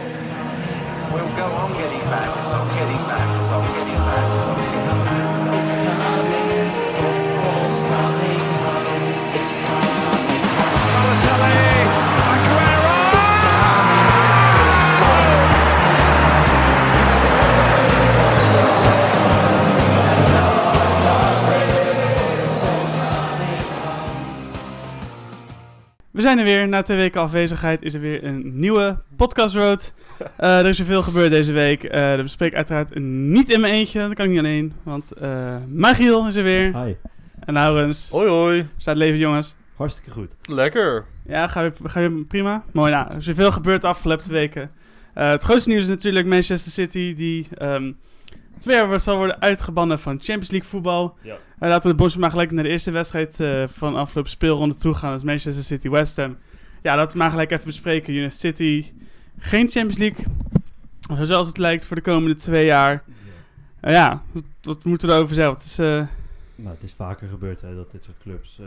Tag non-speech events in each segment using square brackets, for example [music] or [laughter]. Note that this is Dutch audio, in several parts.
We'll go on getting back, as on getting back, as on getting back, as on getting back. It's coming, football's coming home. It's coming. Balotelli, Aguero! We zijn er weer. Na twee weken afwezigheid is er weer een nieuwe podcast road. Eh, er is er veel gebeurd deze week. Eh dat bespreek ik uiteraard niet in mijn eentje. Dat kan ik niet alleen. Want eh Magiel is er weer. Hi, En Laurens. Hoi hoi. Staat leven, jongens. hartstikke goed. Lekker. Ja, gaat weer, gaat weer prima. Mooi, nou. Er is weer veel gebeurd de afgelopen weken. Eh, het grootste nieuws is natuurlijk Manchester City. Die ehm, twee jaar wordt- zal worden uitgebannen van Champions League voetbal. Ja. Eh, laten we de bonus maar gelijk naar de eerste wedstrijd eh, van afgelopen speelronde toe gaan. Dat is Manchester City West Ham. Ja, laten we maar gelijk even bespreken. United City, geen Champions League. Of Zoals het lijkt voor de komende twee jaar. Eh, ja, wat, wat moeten we erover zeggen? Het is, eh, Nou, het is vaker gebeurd hè, dat dit soort clubs eh,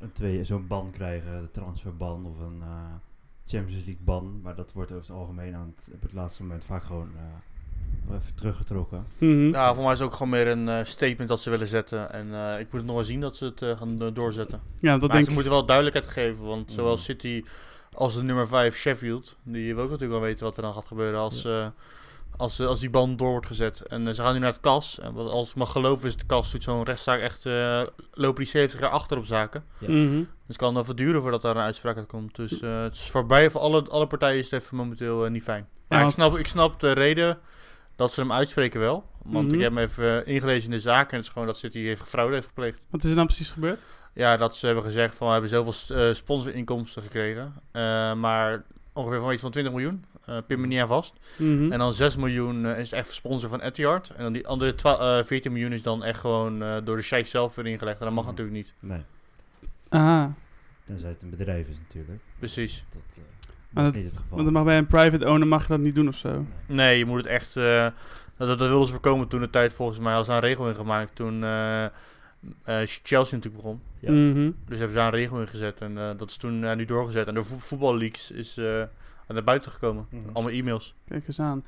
een twee- zo'n ban krijgen, de transferban of een eh, Champions League ban. Maar dat wordt over het algemeen aan het, op het laatste moment vaak gewoon eh, nog even teruggetrokken. mhm. Nou, voor mij is het ook gewoon meer een eh, statement dat ze willen zetten. En eh, ik moet het nog wel zien dat ze het eh, gaan eh, doorzetten. ja, dat maar denk ze ik. moeten wel duidelijkheid geven. Want Mhm. zowel City als de nummer 5 Sheffield. Die wil ook natuurlijk wel weten wat er dan gaat gebeuren als, eh, als, eh, als die band door wordt gezet. En eh, ze gaan nu naar het kas. En wat, als ik mag geloven is de kas doet zo'n rechtszaak echt... eh lopen die 70 jaar achter op zaken. Mhm. Dus het kan dan verduren voordat daar een uitspraak uit komt. Dus eh, het is voorbij. Voor alle, alle partijen is het even momenteel eh, niet fijn. Maar Ja, ik, want- snap, ik snap de reden dat ze hem uitspreken wel. Want Mhm. ik heb hem even eh, ingelezen in de zaak. En het is gewoon dat City heeft fraude heeft gepleegd. Wat is er nou precies gebeurd? Ja, dat ze hebben gezegd van we hebben zoveel s- eh, sponsorinkomsten gekregen. Eh, maar ongeveer van iets van 20 miljoen. eh pin me niet aan vast. Mhm. En dan 6 miljoen eh, is echt sponsor van Etihad. En dan die andere twa- eh, 14 miljoen is dan echt gewoon eh, door de sheik zelf weer ingelegd. En dat mag Mhm. natuurlijk niet. Nee, Aha, tenzij het een bedrijf is natuurlijk. Precies. Dat eh, Maar is dat- niet het geval. want dan mag bij een private owner mag je dat niet doen of zo. Nee, je moet het echt. eh, dat, dat wilden ze voorkomen toen de tijd volgens mij hadden ze daar een regel in gemaakt. Toen eh, eh, Chelsea natuurlijk begon. Ja. Mhm. Dus hebben ze daar een regel in gezet. En eh, dat is toen eh, nu doorgezet. En de vo voetballeaks is eh, naar buiten gekomen. Mhm. Mm. Allemaal e-mails. Kijk eens aan.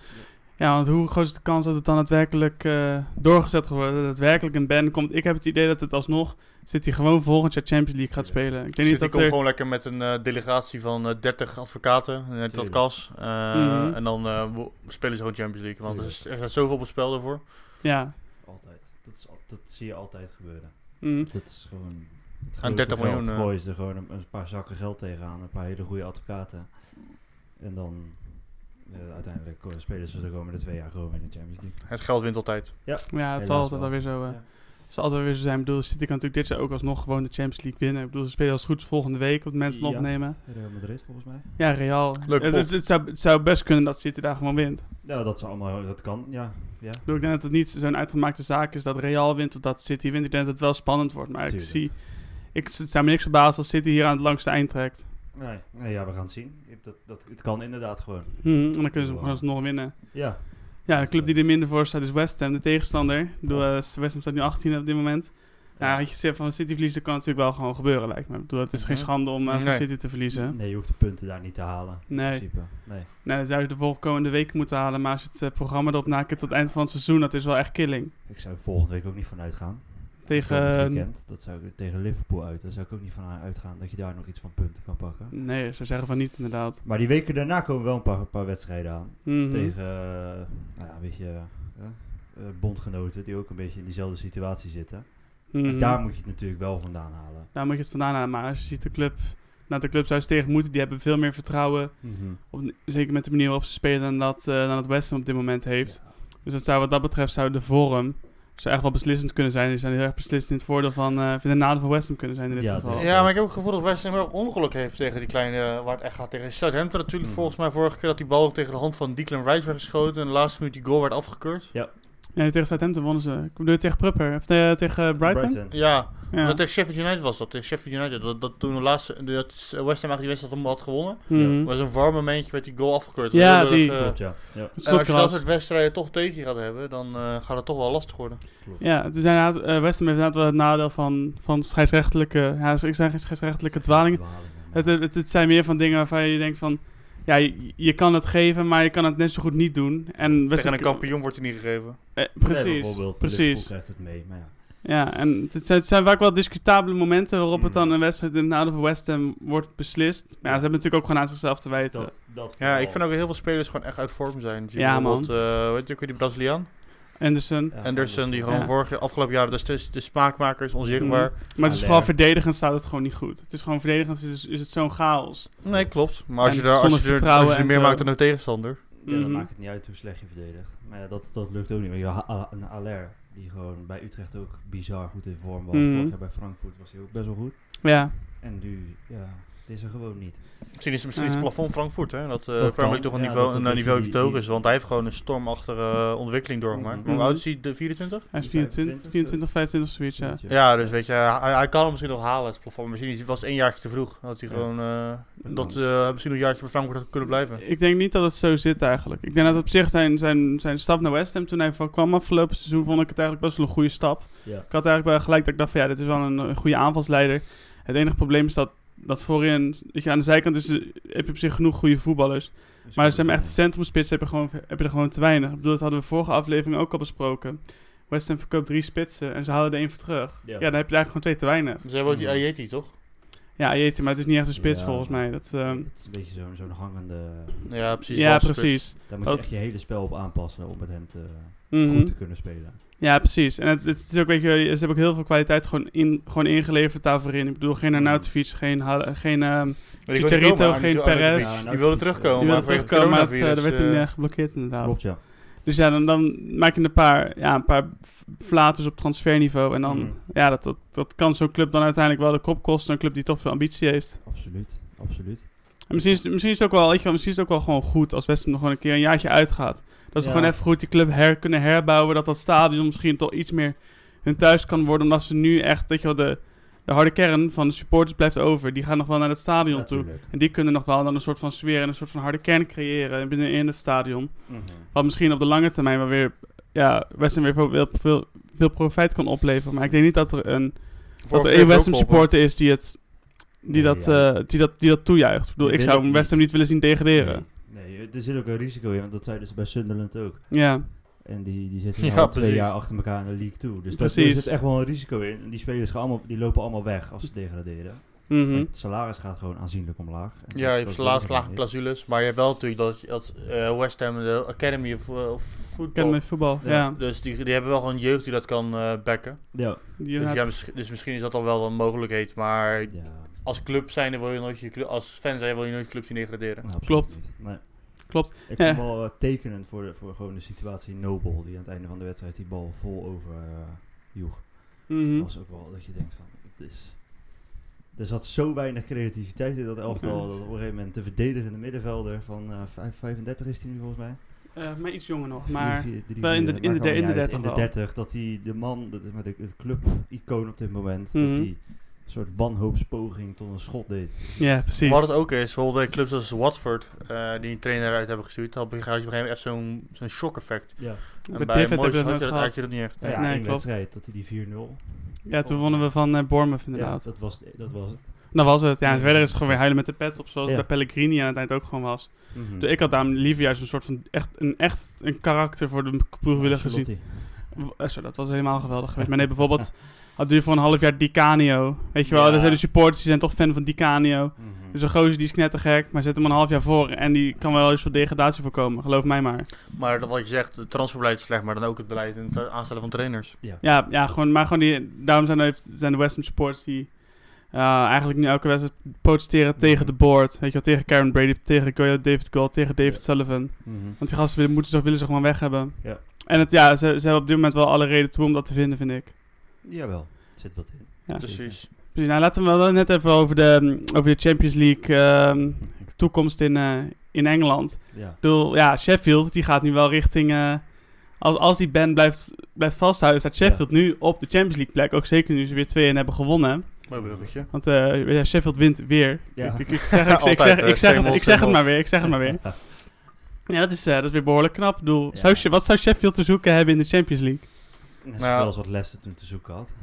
Ja, want hoe groot is de kans dat het dan daadwerkelijk eh, doorgezet wordt? Dat het werkelijk een ban komt. Ik heb het idee dat het alsnog zit hij gewoon volgend jaar Champions League gaat spelen. Ik denk City niet komt dat er... Dus gewoon lekker met een eh, delegatie van eh, 30 advocaten. Net dat Tuurlijk. kas. eh, Mhm. En dan eh, wo- spelen ze gewoon Champions League. Want er is, er staat zoveel op het spel daarvoor. Ja. Altijd. Dat, is, al- dat zie je altijd gebeuren. Mhm. Dat is gewoon... Het grote Aan 30 veld miljoen, eh. gooien ze er gewoon een, een paar zakken geld tegenaan, een paar hele goede advocaten. En dan eh, uiteindelijk eh, spelen ze de komende twee jaar gewoon weer in de Champions League. Het geld wint altijd. Ja, het Helaas zal altijd wel. alweer zo, eh, Ja. het zal altijd weer zo zijn. Ik bedoel, City kan natuurlijk dit jaar ook alsnog gewoon de Champions League winnen. Ik bedoel, ze spelen als het goed is volgende week op het moment van Ja. opnemen. Real Madrid volgens mij. Ja, Real. Leuk het, pot. het- het zou, het zou best kunnen dat City daar gewoon wint. Ik Ja, dat, is allemaal, dat kan, ja. ja. bedoel, ik denk dat het niet zo'n uitgemaakte zaak is dat Real wint of dat City wint. Ik denk dat het wel spannend wordt, maar ik Tuurlijk. zie... Ik, het zou me niks verbazen als City hier aan het langste eind trekt. Nee, nee, ja, we gaan het zien. Ik- Dat, dat, het kan inderdaad gewoon. Mhm, en dan kunnen ze hem gewoon alsnog winnen. Ja, Ja, de club die er minder voor staat is West Ham, de tegenstander. Ik bedoel, eh, West Ham staat nu 18 op dit moment. Ja, had je zegt van City verliezen, kan natuurlijk wel gewoon gebeuren, lijkt me. Ik bedoel, het is geen Mhm. schande om eh, van Nee. City te verliezen. nee, je hoeft de punten daar niet te halen. Nee. In principe. Nee. Nou, dan zou je de volgende week moeten halen. Maar als je het eh, programma erop nakent tot het eind van het seizoen, dat is wel echt killing. Ik zou er volgende week ook niet van uitgaan. Tegen... Volgend weekend, dat zou ik, tegen Liverpool uit. Daar zou ik ook niet van eh, uitgaan dat je daar nog iets van punten kan pakken. nee, ze zeggen van niet, inderdaad. Maar die weken daarna komen wel een paar, paar wedstrijden aan. Mhm. Tegen, eh, nou ja, een beetje eh, eh, bondgenoten die ook een beetje in diezelfde situatie zitten. Mhm. En daar moet je het natuurlijk wel vandaan halen. Daar moet je het vandaan halen. Maar als je ziet de club... Nou, de club zou ze tegen moeten. Die hebben veel meer vertrouwen. Op, zeker met de manier waarop ze spelen dan dat, eh, dan dat West Ham op dit moment heeft. Ja. Dus dat zou, wat dat betreft zou de vorm zou echt wel beslissend kunnen zijn. Die zijn heel erg beslissend in het voordeel van, eh in de nadeel van West Ham kunnen zijn in dit Ja, geval. dat- Ja, maar ik heb ook het gevoel dat West Ham wel ongeluk heeft tegen die kleine, eh, waar het echt gaat tegen. Southampton natuurlijk Mhm. volgens mij vorige keer dat die bal ook tegen de hand van Declan Rice werd geschoten. En de laatste minuut die goal werd afgekeurd. Ja, tegen Southampton wonnen ze. Ik bedoel tegen Prupper, of eh, tegen eh, Brighton. Ja, Ja. dat tegen Sheffield United was dat. Tegen Sheffield United. Dat, dat toen de laatste, dat West Ham eigenlijk die wedstrijd om had gewonnen. Mhm. was een warm momentje, werd die goal afgekeurd. Ja, Heel die- erg, eh, Klopt, ja. Het ja. en als je dat slotgras. soort wedstrijden toch tegen je gaat hebben, dan eh, gaat het toch wel lastig worden. Ja, het is inderdaad, eh, West Ham heeft inderdaad wel het nadeel van, van scheidsrechtelijke, ja, ik zeg scheidsrechtelijke dwalingen. Dwalingen, Het, het, het zijn meer van dingen waarvan je denkt van... Ja, je, je kan het geven, maar je kan het net zo goed niet doen. En Tegen een kampioen wordt hij niet gegeven. eh, Nee, precies, bijvoorbeeld. Liverpool precies. krijgt het mee, maar ja. Ja, en het zijn, het zijn vaak wel discutabele momenten waarop het Mm. dan een wedstrijd in het nadeel van West Ham wordt beslist. Maar ja, ze hebben natuurlijk ook gewoon aan zichzelf te wijten. Dat, dat Ja, ik vooral. vind ook heel veel spelers gewoon echt uit vorm zijn. Dus Ja, bijvoorbeeld, eh, weet je ook weer die Braziliaan? Anderson. Ja, Anderson, die Anderson. gewoon Ja. vorige, afgelopen jaren, dus de, de smaakmaker is onzichtbaar. Mm. Maar het is Ja, vooral Lerner. verdedigend staat het gewoon niet goed. Het is gewoon verdedigend is, is het zo'n chaos. Nee, klopt. Maar als En je, daar, als zonder je, er, vertrouwen als je er en meer zo. maakt dan de tegenstander. Ja, dan Mhm. maakt het niet uit hoe slecht je verdedigt. Maar ja, dat, dat lukt ook niet. Maar je had A- een Aller, die gewoon bij Utrecht ook bizar goed in vorm was. Mhm. Vorig jaar bij Frankfurt was hij ook best wel goed. Ja, En nu, ja, het is er gewoon niet. Misschien is, dus misschien is Ja. het plafond Frankfurt, hè? Dat, eh Mhm. Dat Premier League kan. toch een Ja, niveau, dat- een dat- niveau die- te hoog die- is. Want hij heeft gewoon een stormachtige eh, ontwikkeling doorgemaakt. Mhm. Maar Hoe oud is hij? De 24? hij is 24, 24 25 of zoiets, ja. Weet je. Ja, dus weet je, hij, hij kan hem misschien nog halen, het plafond. Misschien is- was het één jaartje te vroeg. Dat hij Ja. gewoon, eh, dat eh, misschien nog een jaartje bij Frankfurt had kunnen blijven. Ik denk niet dat het zo zit eigenlijk. Ik denk dat op zich zijn, zijn, zijn stap naar West Ham toen hij van kwam afgelopen seizoen vond ik het eigenlijk best wel een goede stap. Ja. Ik had eigenlijk wel gelijk dat ik dacht van ja, dit is wel een, een goede aanvalsleider. Het enige probleem is dat, dat voorin, dat je aan de zijkant is, eh, heb je op zich genoeg goede voetballers. Maar ze hebben echt de centrumspits, heb je, gewoon, heb je er gewoon te weinig. Ik bedoel, dat hadden we vorige aflevering ook al besproken. West Ham verkoopt drie spitsen en ze houden er één voor terug. Ja, dan heb je er eigenlijk gewoon twee te weinig. Ze hebben ook die Ayeti, toch? Ja, jeetje, maar het is niet echt een spits Ja. volgens mij. Dat, ehm, Het is een beetje zo'n zo'n hangende... eh, Ja, precies. ja, Walspits. precies. Daar moet je Dat- echt je hele spel op aanpassen om met hem te, Mhm. goed te kunnen spelen. Ja, precies. En het, het is ook, weet je, ze hebben ook heel veel kwaliteit gewoon, in, gewoon ingeleverd daarvoor. Ik bedoel, geen Arnautovic, geen, Hal- geen ehm, Maar die kon niet Chicharito, komen, geen Arnautovic. Perez. Ja, Die wilde terugkomen, Die wilde maar vanwege het terugkomen, maar het, eh, coronavirus, daar werd hij eh, eh, geblokkeerd inderdaad. Klopt, ja. Dus ja, dan, dan maak je een paar, ja, een paar v- flaters op transferniveau. En dan, Mm. ja, dat, dat, dat kan zo'n club dan uiteindelijk wel de kop kosten. Een club die toch veel ambitie heeft. Absoluut, absoluut. En misschien, is, het- misschien, is het ook wel, weet je wel, misschien is het ook wel gewoon goed als West Ham nog gewoon een keer een jaartje uitgaat. Dat ze Ja. gewoon even goed die club her kunnen herbouwen. Dat dat stadion misschien toch iets meer hun thuis kan worden. Omdat ze nu echt, weet je wel, de, de harde kern van de supporters blijft over. Die gaan nog wel naar het stadion toe. Natuurlijk. En die kunnen nog wel dan een soort van sfeer en een soort van harde kern creëren binnen in het stadion. Wat misschien op de lange termijn wel weer... Ja, West Ham weer veel, veel, veel, veel profijt kan opleveren. Maar ik denk niet dat er een, eh, dat E Vorige er keer één West Ham ook op, hè? supporter is die, het, die, Nee, dat, ja. eh, die, dat, die dat toejuicht. Ik bedoel, Ik ik weet zou het West Ham niet willen zien degraderen. Nee, er zit ook een risico in, want dat zei dus bij Sunderland ook. Ja, En die, [laughs] die zitten Ja, nu al twee precies. jaar achter elkaar in de league toe. Dus dat, Precies. er zit echt wel een risico in. En die spelers gaan allemaal, die lopen allemaal [laughs] weg als ze degraderen. mhm. Het salaris gaat gewoon aanzienlijk omlaag. En Ja, dat- je hebt dat salaris willen ze lage niet. clausules, maar je hebt wel natuurlijk dat, dat eh, West Ham de Academy of eh, of Ik ken Football. mijn voetbal, ja. Ja. Dus die, die hebben wel gewoon jeugd die dat kan eh bekken. Ja. Die Dus, had- ja, misschien- dus misschien is dat dan wel een mogelijkheid, maar ja. als club zijnde wil je nooit je club, als fan zijn wil je nooit je club zien degraderen. Nou, absoluut Klopt. niet. Nee. Klopt. Ik vond Ja. het wel eh, tekenend voor, de- voor gewoon de situatie Nobel, die aan het einde van de wedstrijd die bal vol over eh, joeg. mhm. was ook wel dat je denkt van, het is... Er zat zo weinig creativiteit in dat elftal, Ja. dat op een gegeven moment de verdedigende middenvelder van eh, vijf- 35 is hij nu volgens mij. Eh, maar iets jonger nog. Vier, Maar vier, drie, wel in de- in vier, de- maakt allemaal in de niet uit. 30 In de wel. 30, dat hij de man, de, maar de, het club-icoon op dit moment, Mhm. dat hij een soort wanhoopspoging tot een schot deed. ja, precies. Wat het ook is, bijvoorbeeld bij clubs als Watford, eh, die een trainer uit hebben gestuurd, had je op een gegeven moment echt zo'n zo'n shock effect. Ja, En Met David bij Moyes hebben we had je het dat, had gehad. je dat niet echt. ja, Nee, in de klopt. wedstrijd, dat hij die 4-0... Ja, toen wonnen we van eh, Bournemouth Ja, inderdaad. dat was, dat was het. Dat was het. Ja, en verder is het gewoon weer huilen met de pet op, zoals Ja. bij Pellegrini aan het eind ook gewoon was. Dus ik had daarom liever juist een soort van echt een, echt een karakter voor de ploeg willen gezien. Eh, Zo, dat was helemaal geweldig geweest. Maar nee, bijvoorbeeld had duurde voor een half jaar Di Canio. Weet je wel, Ja. er zijn de supporters die zijn toch fan van Di Canio. Mhm. Dus een gozer die is knettergek, maar zet hem een half jaar voor en die kan wel eens voor degradatie voorkomen. Geloof mij maar. Maar dat wat je zegt, het transferbeleid is slecht, maar dan ook het beleid en het aanstellen van trainers. Ja, ja gewoon, maar gewoon die, daarom zijn, er- zijn de West Ham supporters die eh, eigenlijk nu elke wedstrijd protesteren tegen de board. Weet je wel, tegen Karen Brady, tegen Goyo David Gold, tegen David Ja. Sullivan. Mhm. Want die gasten willen, moeten ze, willen ze gewoon weg hebben. Ja. En het, ja, ze, ze hebben op dit moment wel alle reden toe om dat te vinden, vind ik. Jawel, er zit wat in. Ja. Precies. Precies, nou laten we wel net even over de, over de Champions League ehm, toekomst in, eh, in Engeland. Ja. Ik bedoel, ja, Sheffield die gaat nu wel richting. eh, als, als die band blijft, blijft vasthouden, staat Sheffield nu op de Champions League plek. Ook zeker nu ze weer 2-1 hebben gewonnen. Mooi bruggetje. Want eh, ja, Sheffield wint weer. Ja. Ik, ik, ik zeg, ik, zeg- ik, [laughs] Altijd, zeg, eh, ik, zeg, same het- old, ik zeg het same old. maar weer. Ik zeg het maar weer. Ja, dat is, eh, dat is weer behoorlijk knap. Ik bedoel, Ja. zou, She- wat zou Sheffield te zoeken hebben in de Champions League? Net Nou. zoals wat Leicester toen te zoeken had. Die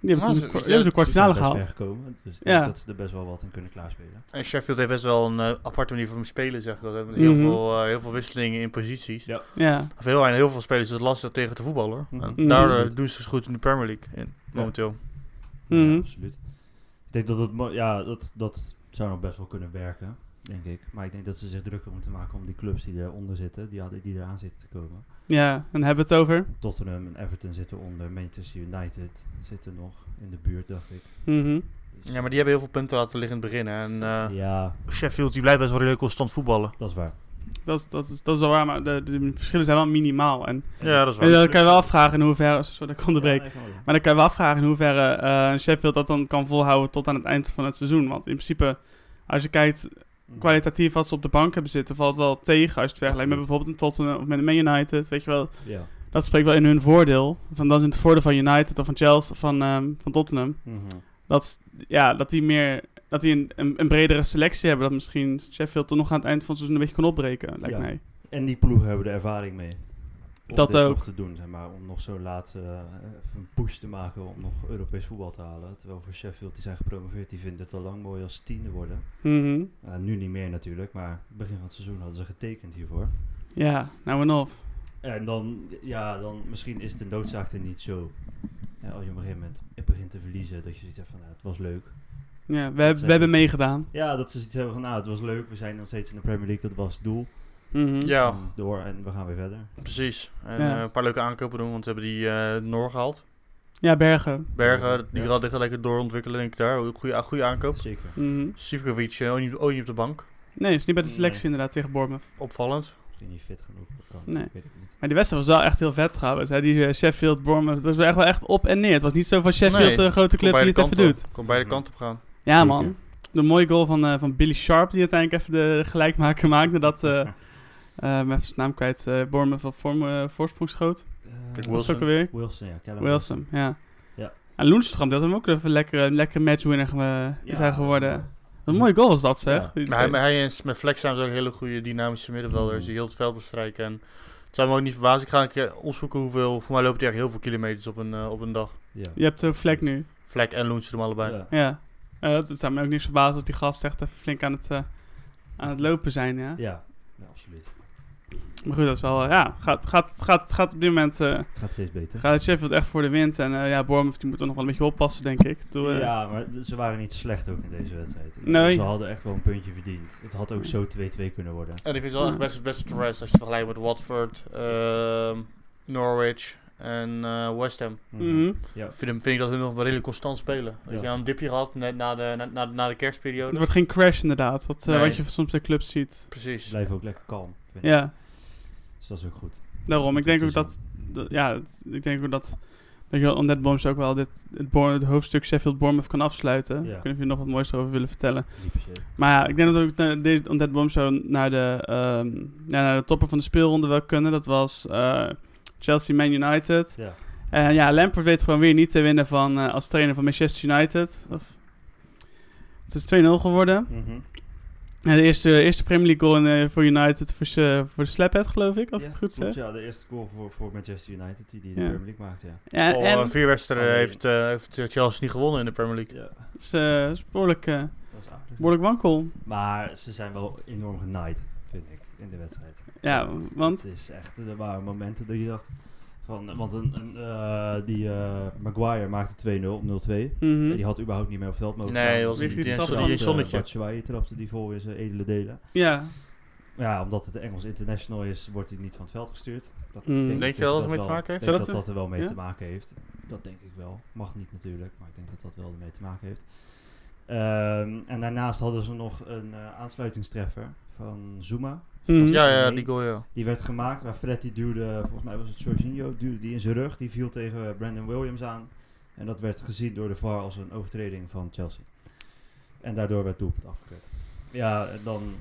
Nou, hebben ze- toen kwa- ja, die hebben toen kwartfinale Die zijn best gehaald. ver gekomen, dus ik Ja. denk dat ze er best wel wat in kunnen klaarspelen. En Sheffield heeft best wel een eh, aparte manier van spelen, zeg ik altijd. Met heel, Mhm. veel, eh, heel veel wisselingen in posities. Ja. Ja. Of heel, heel veel spelers is het lastig tegen te voetballen. Mhm. En Mhm. Daar eh, doen ze het goed in de Premier League in, momenteel. Mhm. Ja, absoluut. Ik denk dat het, mo- ja, dat, dat zou nog best wel kunnen werken, denk ik. Maar ik denk dat ze zich drukker moeten maken om die clubs die eronder zitten, die, hadden- die eraan zitten te komen. ja, en hebben we het over. Tottenham en Everton zitten onder, Manchester United zitten nog in de buurt, dacht ik. Mhm. Dus- Ja, maar die hebben heel veel punten laten liggen in het begin. hè. En eh, ja, Sheffield die blijft best wel redelijk constant voetballen. dat is waar. Dat, is- dat, is, dat is wel waar, maar de, de verschillen zijn wel minimaal. En, Ja, dat is en waar. dan kan je wel afvragen in hoeverre... [laughs] Sorry, dat ik onderbreek. Ja, nee, Maar dan kan je wel afvragen in hoeverre eh Sheffield dat dan kan volhouden tot aan het eind van het seizoen. Want in principe, als je kijkt gewoon. kwalitatief wat ze op de bank hebben zitten, valt wel tegen als je het vergelijkt met Absoluut. bijvoorbeeld een Tottenham of met een Man United. Weet je wel, Ja. dat spreekt wel in hun voordeel. Van, dat is in het voordeel van United of van Chelsea of van, ehm, van Tottenham. Mhm. Dat, is- ja, dat die meer... Dat die een, een, een bredere selectie hebben. Dat misschien Sheffield toch nog aan het eind van het seizoen een beetje kan opbreken. Lijkt Ja. mij. En die ploegen hebben de ervaring mee. Om Dat dit ook. nog te doen, zeg maar. Om nog zo laat eh, even een push te maken om nog Europees voetbal te halen. Terwijl voor Sheffield, die zijn gepromoveerd, die vinden het al lang mooi als ze tiende worden. Mhm. Eh, nu niet meer natuurlijk, maar begin van het seizoen hadden ze getekend hiervoor. Ja, nou en of. En dan, ja, dan misschien is de noodzaak er niet zo. Ja, als je op een gegeven moment begint te verliezen, dat je zoiets hebt van, nou, het was leuk. Ja, we, heb- Dat zeg we ik. hebben meegedaan. Ja, dat ze zoiets hebben van, nou, het was leuk, we zijn nog steeds in de Premier League, dat was het doel. Mhm. Ja, En Door en we gaan weer verder. precies. En Ja. eh, een paar leuke aankopen doen, want ze hebben die eh, Noor gehaald. ja, Bergen. Bergen, die Ja. gaat liggen lekker doorontwikkelen, denk ik daar. Ook Goede, goede aankoop. Zeker. Mhm. Sivkovic, eh, ook niet, ook niet op de bank. Nee, is niet bij de selectie Nee. inderdaad tegen Bournemouth. Opvallend. Misschien niet fit genoeg, dat kan, Nee. weet ik niet. Maar die wedstrijd was wel echt heel vet trouwens. Hè? Die eh, Sheffield, Bournemouth, dat was echt wel echt op en neer. Het was niet zo van Sheffield, Nee, een grote club Kon die beide het even kanten doet. op. Kon beide kanten op gaan. Ja Zeker. man. De mooie goal van, eh, van Billy Sharp, die uiteindelijk even de gelijkmaker [laughs] maakte. Nadat, [laughs] eh eh, mijn even zijn naam kwijt, eh Bournemouth op vorm, eh, voorsprong schoot. Eh, Ik Dat is Wilson. ook alweer. Wilson, ja. Callum Wilson, ja. Ja. En Loenstram, dat hem ook even een lekkere, lekkere matchwinner ge- is Ja. hij geworden. Wat een mooie goal was dat zeg. Die- Maar hij, maar hij en met Flex zijn ze ook hele goede dynamische Mhm. middenvelders die heel het veld bestrijken. En het zou me ook niet verbazen. Ik ga een keer opzoeken hoeveel. Voor mij loopt hij echt heel veel kilometers op een, eh, op een dag. Ja. Je hebt de vlek nu. Fleck en Loenstrom allebei. Ja. Ja. Eh, dat, het zou me ook niks verbazen als die gast echt even flink aan het, eh, aan het lopen zijn. Ja? Ja. Ja, absoluut. Maar goed, dat is wel. eh, ja, gaat, gaat, gaat, gaat op dit moment. eh, Het gaat steeds beter. gaat Sheffield echt voor de wind. En eh, ja, Bournemouth die moet er nog wel een beetje oppassen, denk ik. Ik bedoel, eh, Ja, maar ze waren niet slecht ook in deze wedstrijd. Ik Nee. bedoel, Ze hadden echt wel een puntje verdiend. Het had ook zo 2-2 kunnen worden. En ik vind het wel echt best het beste Torres als je het vergelijkt met Watford, ehm, Norwich en eh, West Ham. mhm. Ja. Vind, hem- vind ik dat hun nog wel redelijk constant spelen. Weet Ja. je, een dipje gehad net na de, na, na, na de Er kerstperiode. wordt geen crash, inderdaad. Wat, eh, Nee. wat je soms bij clubs ziet. Ze Precies. blijven ook lekker kalm. vind ik. Ja, Dus dat is ook goed. daarom. Ik denk ook Dat dat. dat- ja, het- ik denk ook dat. Denk je wel, omdat Bournemouth ook wel dit, het, Bourne- het hoofdstuk Sheffield Bournemouth kan afsluiten. Ja. Ik weet niet of je er nog wat moois over willen vertellen. Niet per se. Maar ja, ik denk dat we ook eh, naar deze Undead Bombshell naar de, ehm ja, naar de toppen van de speelronde wel kunnen. Dat was eh, Chelsea Man United. Ja. En ja, Lampard weet gewoon weer niet te winnen van, eh, als trainer van Manchester United. Of, het is 2-0 geworden. Mhm. En de eerste, eerste Premier League goal in, eh, voor United voor, ze- voor de slaphead, geloof ik, als ik het goed klopt, zeg. Ja, de eerste goal voor, voor Manchester United die die de Ja. Premier League maakte. Ja. Oh, Ja, Al en eh, vier wedstrijden Alleen. heeft, eh, heeft Chelsea niet gewonnen in de Premier League. ja, het is, eh, is behoorlijk, eh, dat is aardig. behoorlijk wankel. Maar ze zijn wel enorm genaaid, vind ik, in de wedstrijd. Ja, want... Het is echt, er waren momenten dat je dacht van, want een, een, eh, die eh, Maguire maakte 2-0 op 0-2. mhm. Ja, die had überhaupt niet meer op het veld mogen Nee, staan. dat was Ligt die niet die- trap die- dan? die Want, eh, zonnetje. Batshuayi trapte die vol in zijn edele delen. Ja, Ja, omdat het een Engels international is, wordt hij niet van het veld gestuurd. Dat Hmm. ik Denk dat je wel dat dat het mee te wel- maken heeft? ik Zou denk dat dat dat er wel mee ja? te maken heeft. Dat denk ik wel. Mag niet natuurlijk, maar ik denk dat dat wel ermee te maken heeft. Ehm, en daarnaast hadden ze nog een eh, aansluitingstreffer van Zuma. Mhm. Ja, ja, Nee. die goal, ja. Die werd gemaakt waar Fred die duwde, volgens mij was het Jorginho, duwde die in zijn rug. Die viel tegen eh, Brandon Williams aan. En dat werd gezien door de VAR als een overtreding van Chelsea. En daardoor werd het doelpunt afgekeurd. Ja, en dan,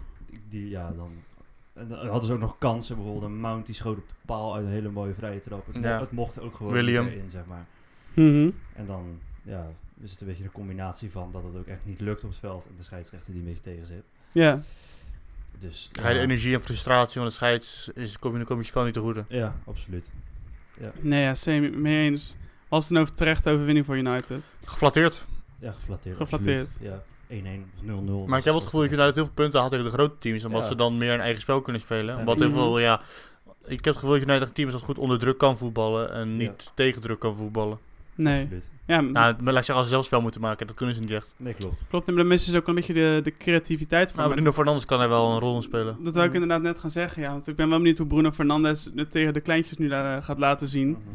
die, ja, dan, en dan hadden ze ook nog kansen. Bijvoorbeeld een Mount die schoot op de paal uit een hele mooie vrije trap. Het, mo- Ja. het mocht ook gewoon William. in, zeg maar. mhm. En dan ja, is het een beetje een combinatie van dat het ook echt niet lukt op het veld. En de scheidsrechter die een beetje tegen zit. ja. Dus, Ga je de ja. energie en frustratie van de scheids, is, kom, je, kom je spel niet te goede. Ja, absoluut. Nee, ja, same, mee eens. We Was het een over terechte overwinning voor United? Geflatteerd. Ja, geflatteerd. Geflatteerd. absoluut. Ja, 1-1 of 0-0. Maar ik heb wel het gevoel dat je daar heel veel punten had tegen de grote teams. Omdat Ja. ze dan meer een eigen spel kunnen spelen. Zijn Omdat er- heel veel, ja... Ik heb het gevoel dat je naar tegen teams dat goed onder druk kan voetballen. En niet tegen druk kan voetballen. Nee. Absoluut. Ja, m- Nou, maar laat ik zeggen, als ze zelf spel moeten maken, dat kunnen ze niet echt. Nee, klopt. klopt. Maar dan missen ze ook een beetje de, de creativiteit van. Maar Maar Bruno Fernandes kan er wel een rol in spelen. dat wou ik inderdaad net gaan zeggen, ja. Want ik ben wel benieuwd hoe Bruno Fernandes het tegen de kleintjes nu eh, gaat laten zien. Want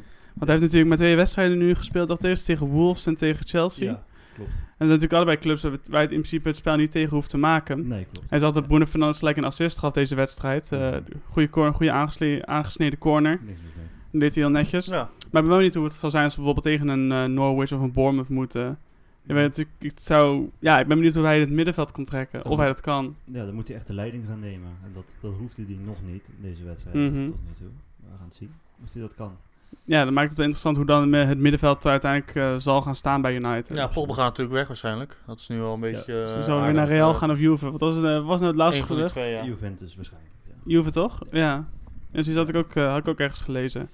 hij heeft natuurlijk maar twee wedstrijden nu gespeeld. Dat eerst tegen Wolves en tegen Chelsea. Ja, klopt. En dat zijn natuurlijk allebei clubs waar het waar het in principe het spel niet tegen hoeft te maken. Nee, klopt. Hij zag dat Bruno Fernandes gelijk een assist gaf deze wedstrijd. Eh goede corner, goede aangesle- aangesneden corner. Niks mis mee. Dat deed hij heel netjes. Ja. Maar ik ben wel niet hoe het zal zijn als we bijvoorbeeld tegen een eh, Norwich of een Bournemouth moeten. Ik, weet, ik, ik zou, ja, ik ben benieuwd hoe hij het middenveld kan trekken. Dan Of hij moet- dat kan. Ja, dan moet hij echt de leiding gaan nemen. En dat, dat hoefde hij nog niet in deze wedstrijd Mhm. tot nu toe. We gaan het zien of hij dat kan. Ja, dat maakt het wel interessant hoe dan het middenveld uiteindelijk eh, zal gaan staan bij United. Ja, Pogba gaat natuurlijk weg waarschijnlijk. Dat is nu al een beetje... eh, Ze zullen weer aardig. naar Real Eh, gaan of Juve. Wat was, het, eh, wat was nou het laatste één van die gerucht? twee, ja. Juventus waarschijnlijk. Ja. Juve toch? Ja. En zo had ik ook, eh, had ik ook ergens gelezen.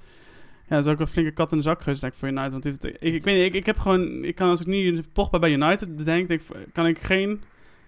Ja, dat is ook een flinke kat in de zak geweest denk ik, voor United. Want die heeft- ik, ik weet niet, ik, ik heb gewoon... Ik kan als ik nu Pogba bij United denk, denk ik, kan ik geen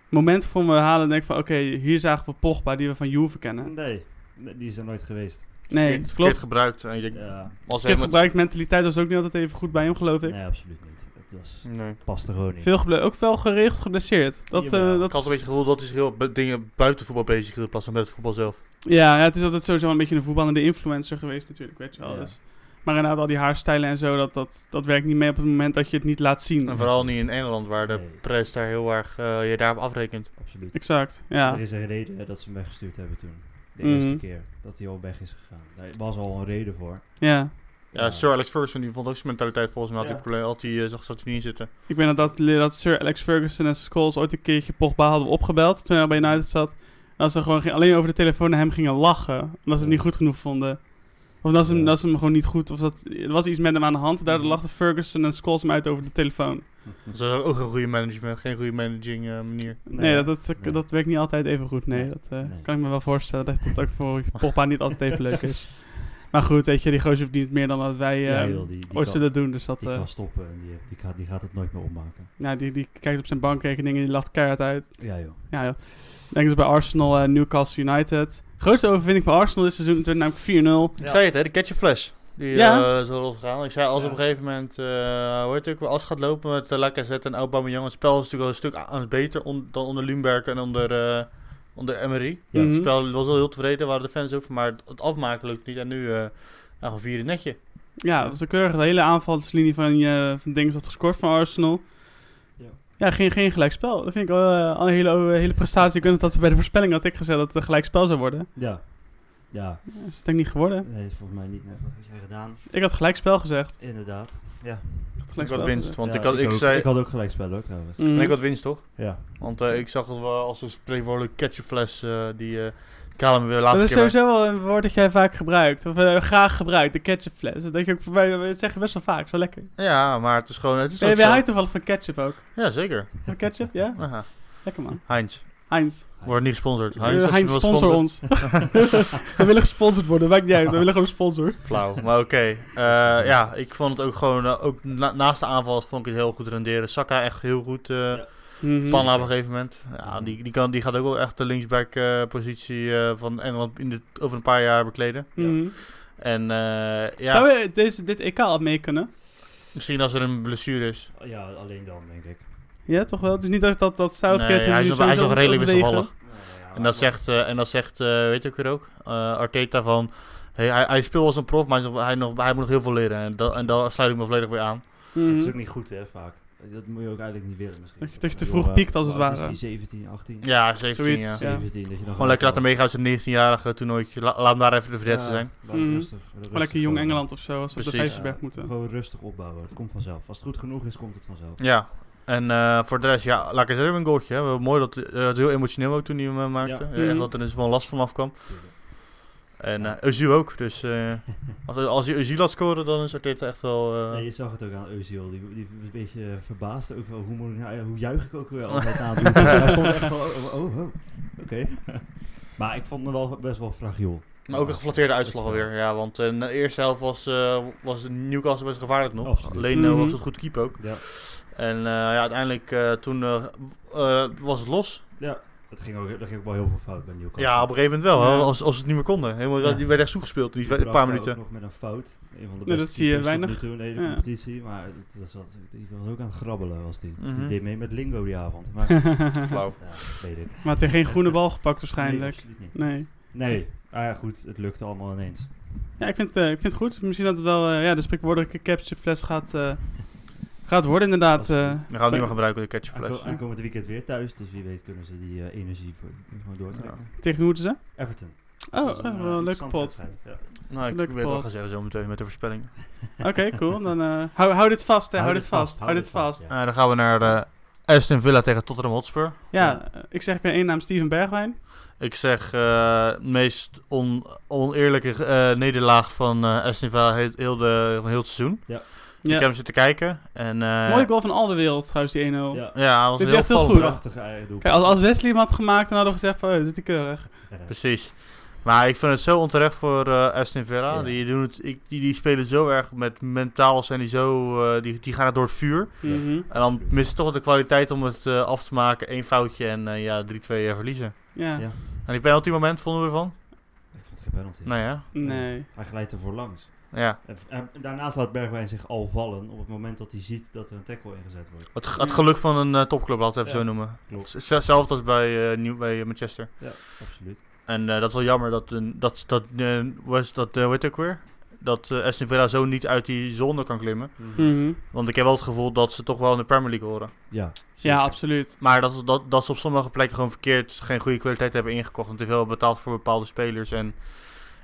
moment voor me halen... en denk van, oké, hier zagen we Pogba die we van Juve kennen. Nee, nee, die is er nooit geweest. Nee, verkeerd, verkeerd klopt. gebruikt. En je, Ja, als Ik heb helemaal- gebruikt, mentaliteit was ook niet altijd even goed bij hem, geloof ik. nee, absoluut niet. Het was, Nee. past er gewoon niet. Veel geble- ook wel geregeld geblesseerd. Dat, eh, Jawel. Ik had een dat, beetje het gevoel dat hij zich heel bu- dingen buiten voetbal bezig hield in plaats van met het voetbal zelf. ja, ja, het is altijd sowieso een beetje een voetballende influencer geweest natuurlijk, weet je wel. Ja. Dus- maar inderdaad, al die haarstijlen en zo, dat, dat, dat werkt niet mee op het moment dat je het niet laat zien. En vooral niet in Engeland, waar de Nee. press daar heel erg eh, je daarop afrekent. Absoluut. Exact, ja. Er is een reden dat ze hem weggestuurd hebben toen. De Mhm. eerste keer dat hij al weg is gegaan. Daar was al een reden [laughs] voor. Ja, Ja, Sir Alex Ferguson die vond ook zijn mentaliteit volgens mij had hij Ja. probleem had hij eh, zag dat hij niet zitten. ik weet nog dat, dat Sir Alex Ferguson en Scholes ooit een keertje Pogba hadden opgebeld toen hij bij United zat. En dat ze gewoon ging- alleen over de telefoon naar hem gingen lachen, omdat ze hem Ja. niet goed genoeg vonden. Of dat ze, hem, Ja. dat ze hem gewoon niet goed, of dat, er was iets met hem aan de hand, daardoor lachten Ferguson en Scholes hem uit over de telefoon. Dat is ook een goede management, geen goede managing eh, manier. Nee, Nee, dat, dat, nee. dat werkt niet altijd even goed. Nee, Nee. dat eh, Nee. kan ik me wel voorstellen dat dat ook voor Pogba niet altijd even leuk [laughs] is. Maar goed, weet je, die gozer verdient meer dan dat wij Ja, eh, joh, die, die, ooit kan, zullen doen. Dus dat, die eh, kan stoppen en die, die, gaat, die gaat het nooit meer opmaken. ja, die, die kijkt op zijn bankrekening en die lacht keihard uit. Ja joh. Ja, joh. Denk eens bij Arsenal en Newcastle United. Grootste overwinning van Arsenal dit seizoen, het werd namelijk 4-0. Ik zei het, hè, de ketchup fles. Die eh, Ja. ja. zo losgaan. Ik zei als op een gegeven moment, eh hoe heet het ook, weer, als het gaat lopen met uh, Lacazette en Aubameyang. Het spel is natuurlijk al een stuk aan het beter on- dan onder Lumberg en onder, eh, onder Emery. Ja. Mhm. Het spel was wel heel tevreden, waren de fans over, maar het afmaken lukt niet. En nu eh nou, vierde netje. Ja, dat was een keurig. De hele aanvalslinie van, eh van Dings had gescoord van Arsenal. Ja. Ja, geen, geen gelijkspel. Dat vind ik wel eh, al een hele, hele prestatie. Ik weet nog dat ze bij de voorspelling had ik gezegd dat het een gelijkspel zou worden. Ja. Ja. Dat is het denk ik niet geworden. Nee, volgens mij niet. Nee, wat had jij gedaan? Ik had gelijkspel gezegd. Inderdaad. Ik had winst, want Ja, ik had, ik, ook, zei, ik had ook gelijk spel hoor trouwens. Mm. en ik had winst toch? Ja. Want eh, ik zag het wel als een spreekwoordelijk ketchupfles eh die eh Kalem weer laatste dat is keer bij- sowieso wel een woord dat jij vaak gebruikt. Of eh, graag gebruikt, de ketchupfles. Dat, denk je ook voor mij, eh, dat zeg je best wel vaak, zo lekker. Ja, maar het is gewoon, het is Ben je ook ben jij zo. toevallig van ketchup ook? Ja, zeker. Van ketchup, ja? Aha. Lekker man. Heinz, Heinz. wordt niet gesponsord. Eh, Heinz, als Heinz, je me wil sponsor sponsoren- [laughs] ons. [laughs] we willen gesponsord worden, maakt niet uit. We willen gewoon sponsor. Flauw, maar oké. Eh, ja, ik vond het ook gewoon, eh, ook na- naast de aanval vond ik het heel goed renderen. Saka echt heel goed, eh Hm. Panna op een gegeven moment. Ja, die, die, kan, die gaat ook wel echt de linksback eh, positie eh, van Engeland in de, over een paar jaar bekleden. Mhm. En eh, ja, Zou je deze, dit EK al mee kunnen? misschien als er een blessure is. Ja, alleen dan denk ik. Ja, toch wel? Het is niet dat, dat, dat Southgate Nee, het hij is nu nog- hij is sowieso nog redelijk overwegen. wisselvallig. En dat zegt, eh, en dat zegt eh, weet je ook weer ook, eh, Arteta van... Hey, hij, hij speelt als een prof, maar hij, is nog- hij, nog, hij moet nog heel veel leren. En, dan en daar sluit ik me volledig weer aan. Mhm. Dat is ook niet goed, hè, vaak. Dat moet je ook eigenlijk niet willen, misschien. Dat je- dat je te Joh, vroeg eh, piekt, als hoe het oud is ware. die 17, 18, Ja, 17 Zoiets, ja. 17. Dat je dan Gewoon lekker laten meegaan zijn 19-jarige toernooitje. La- laat hem daar even de verdette Ja, zijn. laat Mhm. rustig- rustig Maar lekker jong komen. Engeland of zo, als ze op de Precies. Vijverberg Ja, [laughs] moeten. Gewoon rustig opbouwen. Het komt vanzelf. Als het goed genoeg is, komt het vanzelf. Ja. En eh, voor de rest, ja, laat ik eens even een goaltje. Hè. Wel Mooi dat eh, het heel emotioneel ook toen hij hem eh, maakte. Ja. Ja. echt Mhm. dat er dus wel last van afkwam. Tuurlijk. En Ja. eh Özil ook. [laughs] Dus eh, als, als je Özil laat scoren, dan is Arteta echt wel... eh, Nee, je zag het ook aan Özil. Die, die was een beetje eh, verbaasd. Ook wel, hoe, moet ik nou- hoe juich ik ook weer altijd na het [laughs] doel? Hij stond echt wel... Oh, oh, oh, oké. maar ik vond hem wel best wel fragiel. Maar ook een geflatteerde uitslag alweer. Ja, want eh, in de eerste helft was, eh, was Newcastle best gevaarlijk nog. Absoluut. Leno Mhm. was het goed keep ook. Ja. En eh, ja, uiteindelijk eh, toen eh, eh, was het los. Ja, dat ging ook, dat ging ook wel heel veel fout bij Newcastle. Ja, op een gegeven moment wel. hè, Ja. Als, als ze het niet meer konden. Helemaal, Ja. Die werd echt zoegespeeld in die Die een paar bracht minuten. ook nog met een fout. Een van Ja, de beste dat zie je keepers tot weinig. nu toe in de hele Ja. competitie. Maar dat, dat zat, die was ook aan het grabbelen, was die. Mhm. Die deed mee met Lingo die avond. [laughs] Maar ja, Flauw. dat weet ik. Maar had hij geen groene bal gepakt Nee, waarschijnlijk. absoluut niet. Nee. Nee, ah, ja, goed, het lukte allemaal ineens. Ja, ik vind, eh, ik vind het goed. Misschien dat het wel eh, ja, de spreekwoordelijke capsule-fles gaat, eh, gaat worden inderdaad. eh. Absoluut. Dan gaan we nu maar gebruiken de ketchup Aanko fles. aankomend weekend weer thuis, dus wie weet kunnen ze die eh, energie voor, gewoon doortrekken. tegen wie moeten ze? Everton. Dus Oh, dat is eh, een, eh, wel een leuke interessante pot. wedstrijd, ja. Nou, ik Leuk weet wat ik pot. ga zeggen zo meteen met de voorspelling. Oké, [laughs] cool. Dan, eh, hou, hou dit vast, hè. Hou, dit vast. Hou dit vast. ja. Eh, dan gaan we naar eh, Aston Villa tegen Tottenham Hotspur. Ja, eh, ik zeg weer één naam Steven Bergwijn. Ik zeg, eh meest on- oneerlijke eh, nederlaag van eh Aston Villa heel, heel de, van heel het seizoen. Ik Ja. heb hem zitten kijken. En, eh, Mooie goal van al de wereld trouwens, die 1-0. Ja. Ja, hij was Dit heel is echt heel opvallend. Oh. goed. hè? Prachtige eh, eigen doel. Kijk, als, als Wesley hem had gemaakt, dan hadden we gezegd van, oh, dat doet hij keurig. Precies. Maar ik vind het zo onterecht voor eh Aston Villa. Ja. Die, doen het, ik, die, die spelen zo erg met mentaal zijn die zo... eh, die, die gaan het door het vuur. Ja. Mhm. En dan missen ze toch de kwaliteit om het eh, af te maken. Eén foutje en eh, ja, 3-2 eh, verliezen. Ja. Ja. En die penalty moment vonden we ervan? Ik vond het geen penalty. Nou ja. Nee. Hij glijdt er voorlangs. ja. En, en daarnaast laat Bergwijn zich al vallen op het moment dat hij ziet dat er een tackle ingezet wordt. Het, het geluk van een eh, topclub, laten we even Ja. zo noemen. Klopt. Z- Hetzelfde als bij, eh, Nieuw- bij eh, Manchester. Ja, absoluut. En eh, dat is wel jammer dat, een- dat, dat, eh, was dat eh, hoe heet het ook weer? Dat eh Aston Villa zo niet uit die zone kan klimmen. Mhm. Want ik heb wel het gevoel dat ze toch wel in de Premier League horen. Ja. Ja, absoluut. Maar dat, dat, dat ze op sommige plekken gewoon verkeerd geen goede kwaliteit hebben ingekocht. En te veel betaald voor bepaalde spelers. En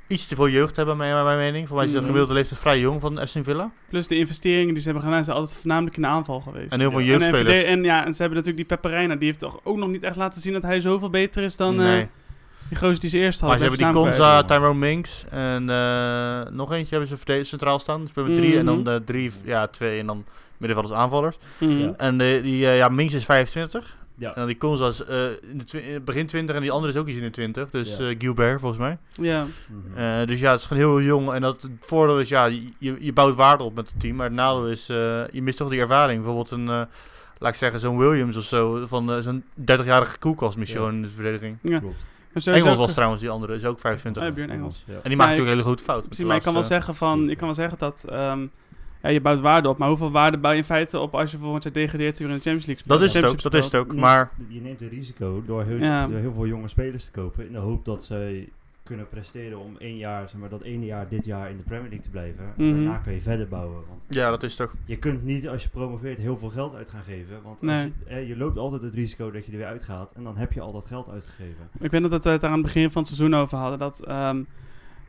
iets te veel jeugd hebben, naar mijn, mijn mening. Voor mij is de Mm. Mhm. gemiddelde leeftijd vrij jong van Aston Villa. Plus de investeringen die ze hebben gedaan, zijn altijd voornamelijk in de aanval geweest. En heel veel en, Ja. en, jeugdspelers. en, ja, en ze hebben natuurlijk die Pepperina, die heeft toch ook nog niet echt laten zien dat hij zoveel beter is dan eh, nee. die gozer die ze eerst Maar hadden. ze hebben die Ik ben zijn naam Conza, kwijt. Tyrone Minks en eh, nog eentje hebben ze verde- centraal staan. Dus we hebben drie en dan Mhm. eh, drie, ja twee en dan middenvelders aanvallers. kwijt. Mhm. Ja. En eh, die, eh, ja, Minks is 25 en Ja. dan die Conza is eh, in de twi- in het begin 20 en die andere is ook iets in de 20. Dus Ja. eh, Gilbert volgens mij. Ja. Mhm. Eh, dus ja, het is gewoon heel jong en dat, het voordeel is ja, je, je bouwt waarde op met het team. Maar het nadeel is, eh, je mist toch die ervaring. Bijvoorbeeld een, eh, laat ik zeggen, zo'n Williams of zo, van eh, zo'n 30-jarige koelkast mis je Ja. gewoon in de verdediging. Klopt. Maar sowieso- Engels was trouwens die andere, is ook 25. Oh, Björn Engels. Ja. En die maakt Maar natuurlijk hele goede fout. Precies, maar ik kan wel zeggen van, zeker. ik kan wel zeggen dat ehm, ja, je bouwt waarde op, maar hoeveel waarde bouw je in feite op als je volgend jaar degradeert en weer in de Champions League speelt? Dat is het ook, Championship dat is het ook. speelt. Maar Je neemt een risico door heel, Ja. door heel veel jonge spelers te kopen in de hoop dat zij kunnen presteren om één jaar, zeg maar dat ene jaar dit jaar in de Premier League te blijven. Mhm. Daarna kun je verder bouwen. Want ja, dat is toch. je kunt niet als je promoveert heel veel geld uit gaan geven. Want als Nee. je, eh, je loopt altijd het risico dat je er weer uitgaat en dan heb je al dat geld uitgegeven. Ik weet nog dat we het daar aan het begin van het seizoen over hadden, dat ehm, de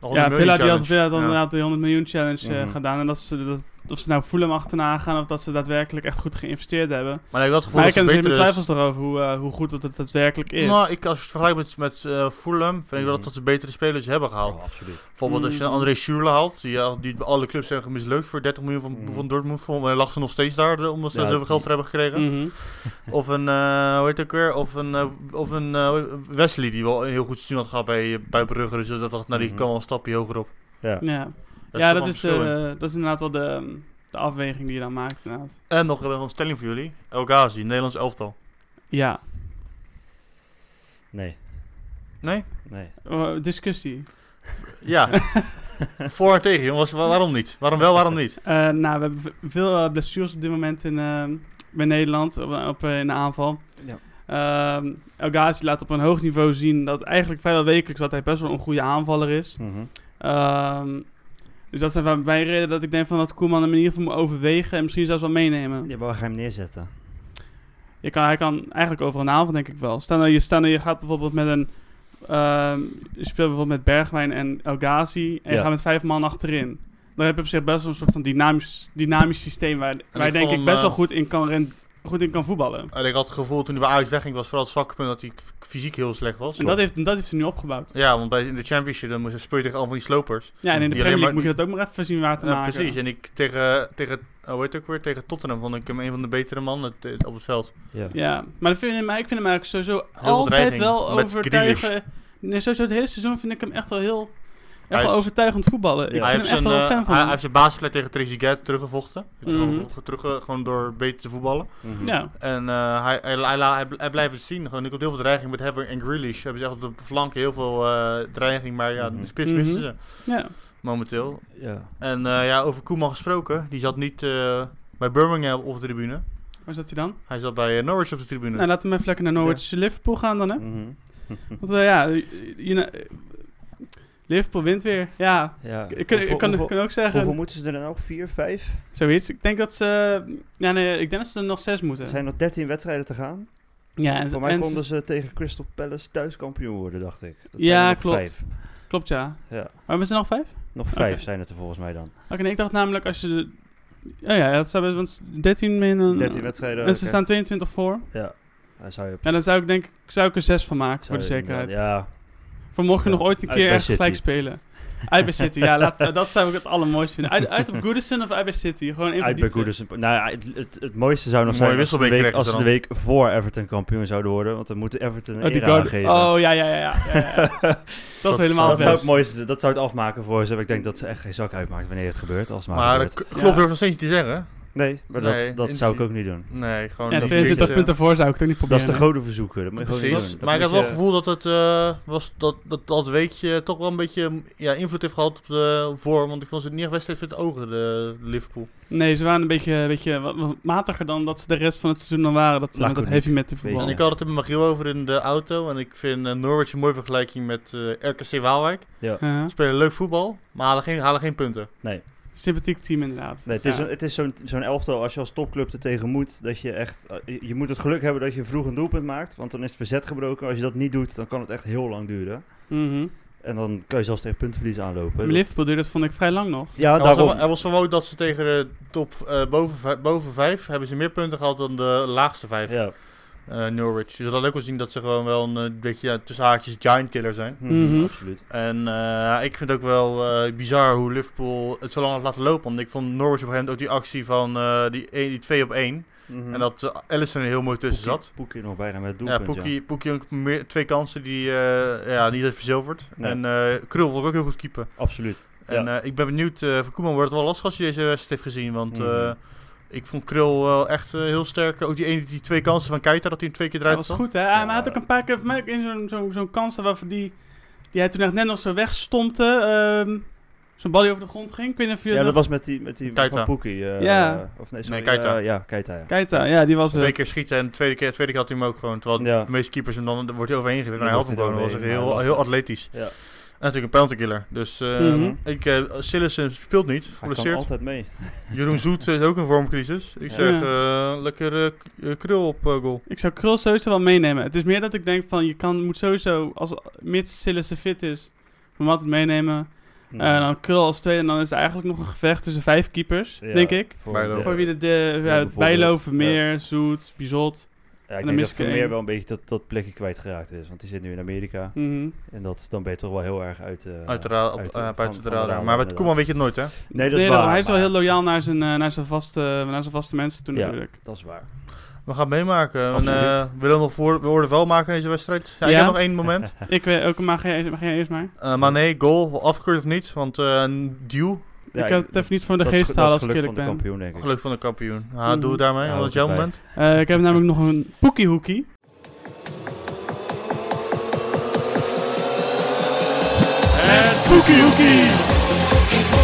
100 ja, miljoen Villa die had, challenge. Villa had Ja. inderdaad de 100 miljoen challenge eh, Mhm. gedaan en dat ze, dat, of ze nou Fulham achterna gaan of dat ze daadwerkelijk echt goed geïnvesteerd hebben. Maar ik had het gevoel Maar ik dat ze heb dus beter mijn is. twijfels erover hoe, eh, hoe goed dat het daadwerkelijk is. Mm. Nou, ik, als je het vergelijkt met, met eh, Fulham, vind ik wel dat, Mhm. dat ze betere spelers hebben gehaald. Oh, absoluut. Bijvoorbeeld als je een Mhm. André Schürrle haalt, die, ja, die bij alle clubs zijn mislukt voor 30 miljoen van, Mm. Mhm. van Dortmund. Volgens mij lag ze nog steeds daar, eh, omdat ze Ja, zoveel geld voor hebben gekregen. Mhm. Of een, eh hoe heet het ook weer, of een, eh, of een eh, Wesley, die wel een heel goed seizoen had gehad bij, bij Brugge. Dus dat dacht, nou, die Mhm. kan wel een stapje hoger op. Ja, Daar Mm. ja toch dat, wel is, een verschil in. eh, dat is inderdaad wel de, ehm, de afweging die je dan maakt inderdaad. En nog wel een stelling voor jullie. El Ghazi, Nederlands elftal. Ja, Nee, Nee? nee. Eh, discussie. [laughs] Ja. Voor en tegen, jongens. Wa- Waarom niet? Waarom wel, waarom niet? Eh, nou, we hebben v- veel eh, blessures op dit moment in, eh, bij Nederland op, op, eh, in de aanval. Ja. Ehm, El Ghazi laat op een hoog niveau zien dat eigenlijk vrijwel wekelijks dat hij best wel een goede aanvaller is. Mhm. Ehm, dus dat zijn van mijn redenen dat ik denk van dat Koeman hem in ieder geval moet overwegen en misschien zelfs wel meenemen. Ja, maar we gaan hem neerzetten. Je kan, hij kan eigenlijk overal een aanval denk ik wel. Stel nou, je, stel nou, je gaat bijvoorbeeld met een... ehm, je speelt bijvoorbeeld met Bergwijn en El Ghazi en je Ja. gaat met vijf man achterin. Dan heb je op zich best wel een soort van dynamisch, dynamisch systeem waar, waar ik je denk vond ik hem, best wel eh, goed in kan, ren- goed in kan voetballen. En ik had het gevoel toen hij bij Ajax wegging, was vooral het zwakke punt dat hij f- fysiek heel slecht was. En dat heeft, en dat heeft ze nu opgebouwd. Ja, want bij in de Championship dan moest je speel je tegen al van die slopers. Ja, en in de Premier Die League alleen moet je dat ook maar even zien waar te Ja, maken. precies. En ik tegen, tegen, oh, hoe heet het ook weer, tegen Tottenham vond ik hem een van de betere mannen te- op het veld. Ja. Ja, maar dat vind ik, maar ik vind hem eigenlijk sowieso veel altijd dreiging wel met overtuigen. Nee, sowieso het hele seizoen vind ik hem echt wel heel... Echt wel heeft- overtuigend voetballen. Ik Ja. Hij, ben heeft hem echt zijn, wel een eh, fan van hij, hem. hij heeft zijn basisplek tegen Tracy Gat teruggevochten. Hij heeft Mhm. gewoon, terug, eh, gewoon door beter te voetballen. Mhm. Ja, En eh, hij, hij, hij, la- hij, hij blijft het zien. Gewoon, ik had heel veel dreiging met Hever en Grealish. Hebben ze echt op de flanken heel veel eh, dreiging. Maar ja, Mhm. de spits Mhm. missen ze ja. momenteel. Ja. En eh, ja, over Koeman gesproken. Die zat niet eh, bij Birmingham op de tribune. Waar zat hij dan? Hij zat bij eh, Norwich op de tribune. Nou, laten we even lekker naar Norwich-Liverpool gaan dan, hè? [laughs] Mhm. Want eh, ja, eh, you know, eh, Liverpool wint weer. Ja, ja. ik, kan- ik, Hoeveel- kan het hoeveel- ook zeggen. Hoeveel moeten ze er dan ook? Vier, vijf? Zoiets. Ik denk dat ze... eh, Ja, nee, ik denk dat ze er nog zes Er moeten. zijn nog 13 wedstrijden te gaan. ja, en, Voor mij en- konden ze tegen Crystal Palace thuis kampioen worden, dacht ik. Dat zijn Ja, er nog klopt. Vijf. Klopt, ja. Ja. Maar hebben ze nog vijf? Nog vijf zijn het er volgens mij dan. Oké, nee, ik dacht namelijk als je... de- Ja, ja, dat zou best... Want 13 min... een- 13 wedstrijden. En dus ze oké. staan 22 voor. Ja. Daar zou je op... En dan zou ik denk ik zou ik er 6 van maken, zou voor de je inderdaad- zekerheid. Ja. Voor mocht je Ja, nog ooit een uit keer bij ergens gelijk City. spelen. Uit bij City, ja, laat, eh, dat zou ik het allermooiste vinden. Uit, uit op Goodison of uit bij City? Gewoon één van Uit die bij twee. Goodison. Nou, ja, het, het, het mooiste zou nog Mooie zijn als ze, de wisselbeker week, krijgen als ze ze de week voor Everton kampioen zouden worden. Want dan moeten Everton Oh, een die era Guard- geven. [laughs] oh ja, ja, ja, ja, ja, ja. Dat is helemaal dat best. zou het mooiste, dat zou het afmaken voor ze. Maar ik denk dat ze echt geen zak uitmaakt wanneer het gebeurt. Als het maar, maar dat gebeurt. k- Ja. klopt, durf ik nog steeds niet te zeggen. Nee, maar Nee, dat, dat zou ik inderdaad. ook niet doen. Nee, gewoon Ja, die 22 jinxen. punten voor zou ik het ook niet Dat proberen. is de goden verzoeken. Dat moet je gewoon niet Precies. doen. Dat Maar ik heb moet wel het je- gevoel dat het eh, was dat, dat dat weekje toch wel een beetje ja, invloed heeft gehad op de vorm. Want ik vond ze niet echt wedstrijd voor het ogen, de Liverpool. Nee, ze waren een beetje, beetje wat, wat matiger dan dat ze de rest van het seizoen dan waren. Dat ze met dat Laconiek, heavy metal voetbal. Oh. En ik had het er met Magiel over in de auto. En ik vind eh, Norwich een mooie vergelijking met eh, RKC Waalwijk. Ja. Ze spelen leuk voetbal, maar halen geen, halen geen punten. Ah, sympathiek team inderdaad. Nee, het is, Ja. een- het is zo'n, zo'n elftal als je als topclub er tegen moet. Dat je echt. eh, Je je moet het geluk hebben dat je vroeg een doelpunt maakt. Want dan is het verzet gebroken. Als je dat niet doet, dan kan het echt heel lang duren. Mhm. En dan kan je zelfs tegen puntverlies aanlopen. Maar Dat- Liverpool duurde dat vond ik vrij lang nog. Ja, Er was, daarom. wel- er was wel mooi dat ze tegen de top eh, boven, vij- boven vijf hebben ze meer punten gehad dan de laagste vijf Ja. eh, Norwich. Dus dat laat ook wel zien dat ze gewoon wel een eh, beetje ja, tussen haakjes giant killer zijn. Mhm, Mhm. Absoluut. En eh, ik vind het ook wel eh, bizar hoe Liverpool het zo lang had laten lopen. Want ik vond Norwich op een gegeven moment ook die actie van eh, die, een- die 2 op 1. Hm. En [laughs] dat eh, Ellison er heel mooi tussen Poekie- zat. Poekie nog bijna met het Ja, doelpunt. Poekie, Poekie ook meer, twee kansen die eh, ja, niet heeft verzilverd. Nee. En eh, Krul wil ook heel goed keeper. Absoluut. En Ja. eh, ik ben benieuwd, eh voor Koeman wordt het wel lastig als hij deze wedstrijd heeft gezien. Want Mhm. eh, ik vond Krul wel echt eh, heel sterk. Ook die, ene, die twee kansen van Keita, dat hij hem twee keer Dat eruit was zat. goed, hè? Hij had ook een paar keer voor mij ook in zo'n zo'n zo'n kansen waarvoor die, die hij toen echt net nog zo wegstompte. ehm zo'n bal die over de grond ging. Ik weet niet of je Ja, nog- dat was met die, met die Keita. van Poekie. eh, Ja. Of nee, sorry, Nee, Keita. eh, ja, Keita. Ja. Keita, ja, die was Twee het. keer schieten en de tweede keer, tweede keer had hij hem ook gewoon. Terwijl Ja. de meeste keepers hem dan er wordt hij overheen gewinnen. Hij Dan had hem wordt gewoon. hij Dat was er echt overheen, heel, maar hij heel lacht. atletisch. Ja. En natuurlijk een penalty killer. Dus eh, Mhm. ik, eh Sillissen speelt niet, Hij kan geblesseerd. altijd mee. Jeroen Zoet eh, is ook een vormcrisis. Ik Ja. zeg, eh, lekker eh, k- eh, krul op eh, goal. Ik zou Krul sowieso wel meenemen. Het is meer dat ik denk van je kan, moet sowieso, als mits Sillissen fit is, moet altijd meenemen. En dan Krul als tweede, en dan is er eigenlijk nog een gevecht tussen vijf keepers, Ja, denk ik. voor- Bijlo. ja. Voor wie de, de Ja, ja, Bijlo, bijvoorbeeld. Vermeer, Zoet, Bizot. Ja, En ik dan denk mis dat ik Vermeer één. wel een beetje dat, dat plekje kwijtgeraakt is. Want die zit nu in Amerika. Mhm. En dat, dan ben je toch wel heel erg uit de... Uiteraard, op, uit- eh, van- van buiten de de radar. radar, Maar met inderdaad. Koeman weet je het nooit, hè? Nee, dat is daarom, waar. hij is wel maar- heel loyaal naar zijn, eh, naar zijn, vaste, naar zijn vaste mensen toe Ja. natuurlijk. Dat is waar. We gaan het meemaken. En, Absoluut. eh, willen we nog voor, woorden wel maken in deze wedstrijd? Ja, ik Ja. heb nog één moment. [laughs] Ik weet ook, maar ga jij, ga jij eerst maar. Eh, maar nee, goal, afgekeurd of niet. Want eh Dew, Ja, ik heb het dat- even niet voor de dat is geest ge- halen als dat ik is eerlijk geluk ben. van de kampioen, denk ik. geluk van de kampioen. Ah, Mhm. Doe het daarmee, Ja, want dat hoort is jouw erbij. moment. Eh, ik heb namelijk nog een poekie-hoekie. En Poekie Hoekie!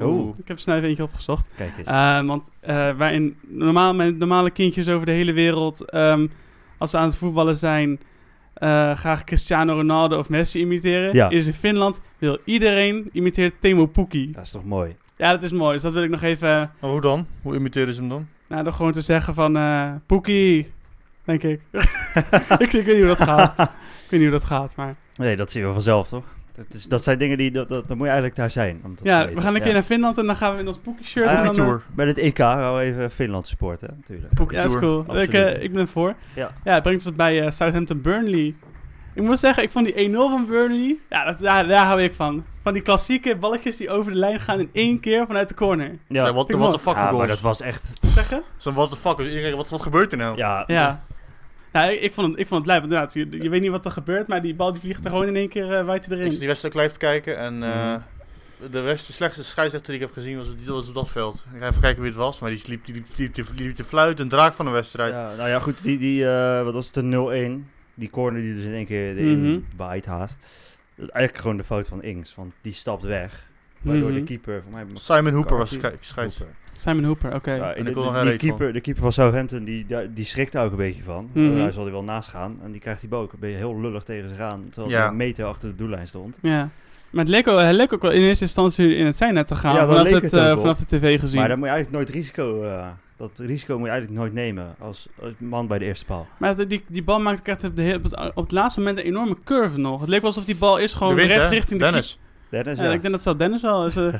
Oeh. Ik heb snel even eentje opgezocht. Kijk eens. Eh, want eh, wij in, normaal, met normale kindjes over de hele wereld, ehm, als ze aan het voetballen zijn, eh, graag Cristiano Ronaldo of Messi imiteren. Ja. Is in Finland wil iedereen imiteert Temo Pukki. dat is toch mooi? Ja, dat is mooi. Dus dat wil ik nog even, eh, Maar hoe dan? Hoe imiteren ze hem dan? nou, door gewoon te zeggen van eh Pukki, denk ik. [laughs] ik. Ik weet niet hoe dat gaat. Ik weet niet hoe dat gaat, maar... Nee, dat zien we vanzelf, toch? Dat, is, dat zijn dingen die... Dat, dat, dan moet je eigenlijk daar zijn. Om dat te ja, we weten. gaan een keer Ja. naar Finland en dan gaan we in ons Pukki-shirt. Ah, en dan, Poekie eh, Tour. Bij het EK gaan we even Finland supporten, hè, natuurlijk. Poekie Ja, is Tour. cool. Ik, Absoluut. eh, ik ben voor. Ja. Ja, het brengt ons bij eh, Southampton Burnley. Ik moet zeggen, ik vond die 1-0 van Burnley. Ja, dat, daar, daar hou ik van. Van die klassieke balletjes die over de lijn gaan in één keer vanuit de corner. Ja, wat Vind de ik what the fuck Ja, maar goals. dat was echt... Zeggen? dus Zo'n what the fuck. Iedereen, wat, wat gebeurt er nou? Ja, Ja. Nou, ik, ik vond het, ik vond het lijp. want Inderdaad, je, je weet niet wat er gebeurt, maar die bal die vliegt er gewoon in één keer eh waait hij Ik zit erin. die wedstrijd live te kijken en eh, de, rest, de slechtste scheidsrechter die ik heb gezien was, die was op dat veld. Ik ga even kijken wie het was, maar die liep, die liep, die liep, te- die liep te fluiten, een draak van de wedstrijd. Ja, nou ja, goed, die, die eh, wat was het, de 0-1. Die corner die dus in één keer erin Mhm. waait haast. Dat is Eigenlijk gewoon de fout van Ings, want die stapt weg. Waardoor Mhm. de keeper, voor mij... Simon Hooper was Carthy- schei- scheidsrechter. Hooper. Simon Hooper, oké. Ja, En de, ik wil de- nog een die reet van. keeper, de keeper van Southampton, die, die, die schrikt daar ook een beetje van. Mhm. Hij zal er wel naast gaan. En die krijgt die bal ook. Dan ben je heel lullig tegen zich aan. Terwijl Ja. hij een meter achter de doellijn stond. Ja. Maar het leek, al, het leek ook wel in eerste instantie in het zijnet te gaan. Ja, dat vanaf, leek het, het ook eh, wel. vanaf de tv gezien. Maar, Maar dan moet je eigenlijk nooit risico... eh, dat risico moet je eigenlijk nooit nemen als, als man bij de eerste paal. de- die, die bal maakte ook echt op, de he- op, het, op het laatste moment een enorme curve nog. Het leek wel alsof die bal is De gewoon wind, recht hè? richting de Dennis. Dennis, Ja, ja. ik denk dat zelf Dennis wel is. [laughs] eh,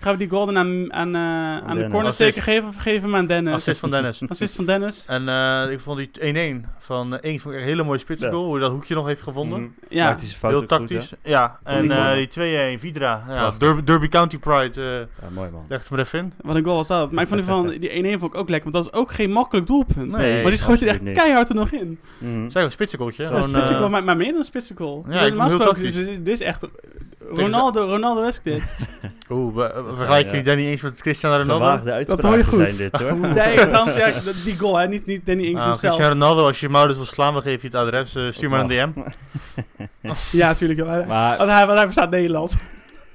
gaan we die golden aan, aan, eh, aan de Dennis. corner Assist. zeker geven of geven we hem aan Dennis? Assist, Assist van Dennis. van Dennis. En eh, ik vond die 1-1 van eh, Ings vond ik echt een hele mooie Ja. spitsengoal, hoe hij dat hoekje nog heeft gevonden. Mhm. Ja, Maakt hij zijn fout Heel ook goed, hè? tactisch. ja, die en eh, corner. die 2-1, Vidra. Ja, Prachtig. Derby, Derby County Pride, eh, ja, mooi man. legt hem er even in. wat een goal was dat. Maar ik vond die van die 1-1 vond ik ook lekker, want dat was ook geen makkelijk doelpunt. Nee, maar die schoot hij echt absoluut niet. keihard er nog in. Mhm. Het is eigenlijk een spitsengoaltje. Ja, gewoon, een spitsengoal, eh, maar, maar meer dan een spitsengoal. Ja, ik vond het heel gesproken is- tactisch. Dit is echt Ronaldo, Ronaldo Wesk dit. Oeh, we- we zijn, vergelijken ja. jullie Danny eens met Cristiano Ronaldo? Gewaagde Dat hoor je uitspraken goed. zijn dit hoor. [laughs] nee, trouwens, ja, dat- die goal, hè. Niet, niet Danny Ings Ah, hemzelf. Cristiano Ronaldo, als je hem ouders wil slaan, dan geef je het adres. eh, stuur Dat maar een DM. mag. Ja, natuurlijk. wel. Want Maar hij, want hij verstaat Nederlands.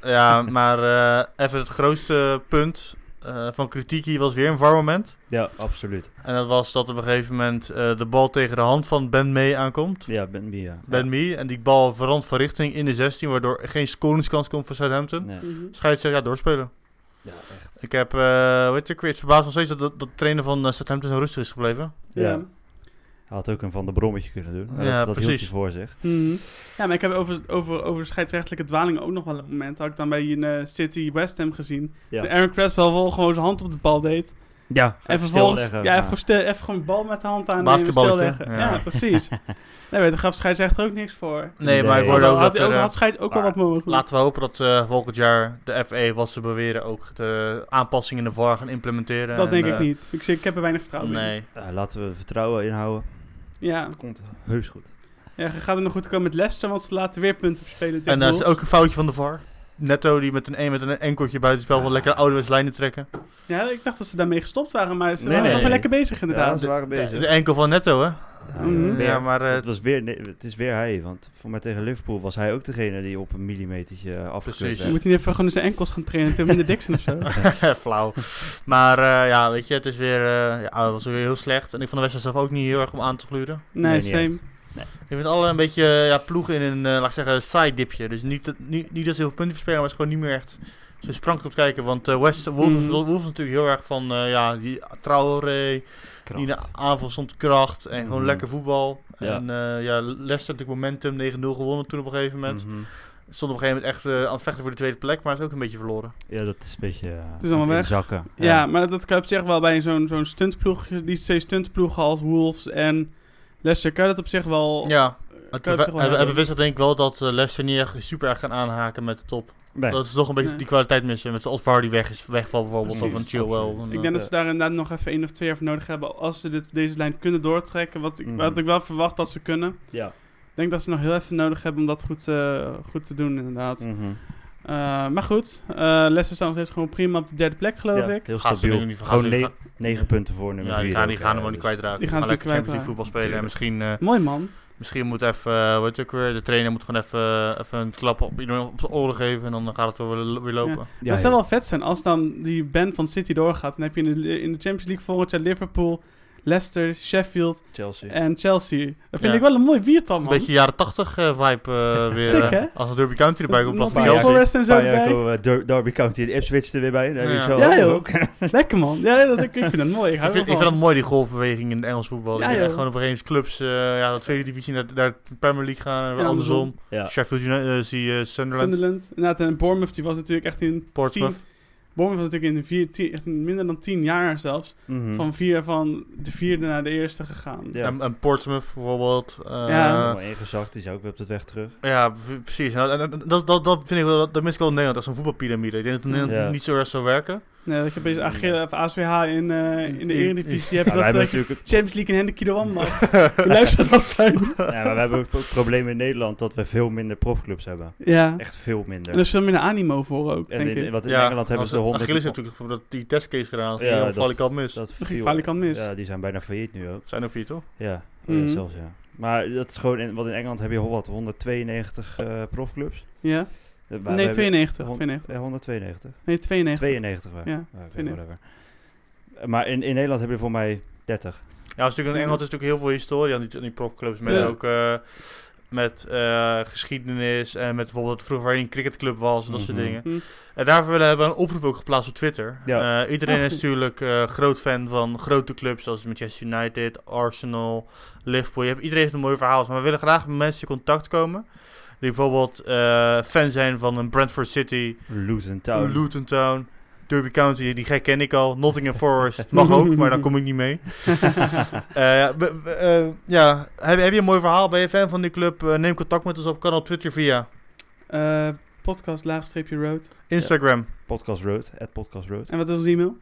Ja, maar eh, even het grootste punt eh, van kritiek hier was weer een VAR moment. ja, absoluut. En dat was dat op een gegeven moment eh, de bal tegen de hand van Ben Mee aankomt. Ja, Ben Mia. Ben Mee. En die bal verandert van richting in de 16, waardoor er geen scoringskans komt voor Southampton. Nee. Mhm. Scheidsrechter, ja, doorspelen. Ja, echt. Ik heb, eh weet je, ik weer het verbaasd nog steeds dat, dat, dat de trainer van eh, Southampton zo rustig is gebleven. Ja. Ja. Hij had ook een van de brommetje kunnen doen. maar Ja, dat, dat hield precies. hij voor zich. Mhm. Ja, maar ik heb over, over, over scheidsrechtelijke dwalingen ook nog wel een moment. Had ik dan bij een eh, City West Ham gezien. Ja. Dat Aaron Cresswell wel gewoon zijn hand op de bal deed. Ja, ga En even vervolgens ja, stilleggen. even, gewoon stil, even gewoon de bal met de hand aan Basketballetje, stilleggen. Ja. ja. ja, [laughs] precies. nee, weet, daar gaf scheidsrechter ook niks voor. Nee, maar ik Nee. hoorde Had, ook dat had, ook, er... eh, had scheids ook wel wat mogelijk. Laten we hopen dat eh, volgend jaar de FE, wat ze beweren, ook de aanpassingen in de VAR gaan implementeren. dat En, denk eh, ik niet. Ik, zie- ik heb er weinig vertrouwen in. Nee. Ja, laten we vertrouwen inhouden. Ja. Komt heus goed. ja, gaat het nog goed komen met Leicester, want ze laten weer punten verspelen tegen En daar is Wolves. ook een foutje van de VAR. Netto die met een, een, met een enkeltje buitenspel wel lekker ouderwets lijnen trekken. Ja, ik dacht dat ze daarmee gestopt waren, maar ze Nee, waren nee, toch wel nee. lekker bezig Ja, inderdaad. ze waren bezig. De enkel van Netto, hè? Ja, Mhm. weer. Ja, maar eh, het, was weer, nee, het is weer hij, want voor mij tegen Liverpool was hij ook degene die op een millimetertje eh, afgekeurd Je Precies. werd. moet niet even gewoon in zijn enkels gaan trainen, Tim in de Dixon of [laughs] zo. flauw. Maar eh, ja, weet je, het is weer, eh, ja, het was weer heel slecht. En ik vond de wedstrijd zelf ook niet heel erg om aan te gluren. Nee, Nee, niet same. Ik vind alle een beetje eh, ja, ploegen in een, eh, laat ik zeggen, saai dipje. Dus niet, dat- niet, niet dat ze heel veel punten verspelen, maar het is gewoon niet meer echt zo sprank op kijken. Want eh, West Wolves, Mm. Mhm. Wolves is natuurlijk heel erg van, eh, ja, die Traoré, Kracht. die in de aanval stond kracht en gewoon Mhm. lekker voetbal. Ja. En eh, ja, Leicester natuurlijk momentum, 9-0 gewonnen toen op een gegeven moment. Mhm. Stond op een gegeven moment echt eh, aan het vechten voor de tweede plek, maar is ook een beetje verloren. Ja, dat is een beetje... eh, is allemaal aan weg. Zakken. Ja, maar dat kan op zich wel bij zo'n zo'n stuntploeg, die twee stuntploegen als Wolves en Leicester, kan je dat op zich Oh. wel... Ja, kan het je op zich wel we hebben hebben. wist denk ik wel dat eh, Leicester niet echt super erg gaan aanhaken met de top. Nee. Dat is toch een beetje Nee. die kwaliteit missen. Met zoals Vardy weg is, wegvalt bijvoorbeeld, Precies, of een Chilwell. absoluut. of een, Ik denk eh, dat ze daar inderdaad nog even één of twee jaar voor nodig hebben als ze dit, deze lijn kunnen doortrekken, wat ik, Mhm. wat ik wel verwacht dat ze kunnen. Ja. Ik denk dat ze nog heel even nodig hebben om dat goed, eh, goed te doen inderdaad. Mhm. Eh, maar goed, eh Leicester staat nog steeds gewoon prima op de derde plek geloof Ja, ik. Heel Gaan ze stabiel. nu niet vergaan, Gewoon ze ne- negen punten voor nummer ja, die vier gaan, ook, die gaan hem eh, ook niet dus- kwijtraken. Die Die gaan gaan ze lekker niet Champions League voetbal spelen. En misschien, eh, Mooi man. misschien moet even, eh, weet je ook weer, de trainer moet gewoon even, eh, even een klap op iedereen op zijn oren geven. En dan gaat het wel weer, weer lopen. Ja, dat zou ja. wel vet zijn als dan die band van City doorgaat. Dan heb je in de, in de Champions League volgend jaar Liverpool, Leicester, Sheffield Chelsea. en Chelsea. Dat vind Ja. ik wel een mooi viertal, Een man. beetje jaren 80 eh, vibe eh, weer. Sick, eh, hè? als een Derby County erbij komt, Nog past die een Nottingham Chelsea. Forest en zo Een paar jaar erbij. komen, eh, Der- Derby County en Ipswich er weer bij. Daar Ja. is wel Ja, ook. [laughs] joh. Lekker, man. Ja, dat, ik, ik vind het mooi. Ik hou Ik vind, ik ervan. vind dat mooi, die golfbeweging in het Engels Ja, voetbal. dat je joh. echt gewoon op een gegeven moment clubs, eh, ja, de tweede divisie naar, naar de Premier League gaan. En weer Ja, andersom. andersom. Ja. Sheffield United, eh, zie je Sunderland, Sunderland. Inderdaad, en Bournemouth die was natuurlijk echt in... Portsmouth. tien- Bournemouth was natuurlijk in, de vier, tien- echt in minder dan tien jaar zelfs. Mhm. Van, vier, van de vierde naar de eerste gegaan. Ja. En, en Portsmouth bijvoorbeeld. eh, Ja. Helemaal ingezakt, die is ook weer op de weg terug. Ja, v- precies. Nou, en- en- en dat, dat, dat vind ik wel, dat, dat mis ik wel in Nederland, als een voetbalpiramide. Ik denk dat het in Nederland Ja. niet zo erg zou werken. Nee, ik heb eens AG of ASWH in, eh, in de I- Eredivisie. Je hebt wij dat hebben ze natuurlijk Champions League en Hendrik Kidoan, [laughs] maat. Hoe leuk zou dat zijn? ja, maar we hebben ook het probleem in Nederland dat we veel minder profclubs hebben. Ja. Echt veel minder. En er is veel minder animo voor ook, En denk in, ik. wat in Engeland hebben als- ze de 100... Achilles heeft natuurlijk dat- die testcase gedaan. Ja, Ja, dat- val ik al mis. Dat ging viel- Falikant mis. Ja, die zijn bijna failliet nu ook. Zijn er vier, toch? Ja, oh Mhm. ja zelfs ja. Maar dat is gewoon, in, want in Engeland heb je ho- wat, 192 eh, profclubs? Ja? Eh, wij- Nee, wij- 92. hond- 92. eh, 192. Nee, 92. 92 waren. Ja, Ah, oké, 92. whatever. Eh, Maar in, in Nederland heb je voor mij 30. Ja, dat is natuurlijk, in Engeland is natuurlijk heel veel historie aan die, aan die profclubs. Met Ja. ook eh, met eh, geschiedenis en met bijvoorbeeld dat vroeger een cricketclub was en dat soort Mhm. dingen. Mhm. En daarvoor willen we een oproep ook geplaatst op Twitter. Ja. Eh, iedereen Ah, is goed. natuurlijk eh, groot fan van grote clubs zoals Manchester United, Arsenal, Liverpool. Je hebt, iedereen heeft een mooi verhaal. Maar we willen graag met mensen in contact komen. Die bijvoorbeeld eh, fan zijn van een Brentford City, Luton Town. [laughs] Luton Town, Derby County. Die gek ken ik al. Nottingham Forest [laughs] mag ook, maar daar kom ik niet mee. Eh, we- we- eh, ja, heb, heb je een mooi verhaal? Ben je fan van die club? Eh, neem contact met ons op. Kan op Twitter via Eh, podcast laagstreepje road. Instagram. Podcast Road, at Podcast Road. En wat is ons e-mail?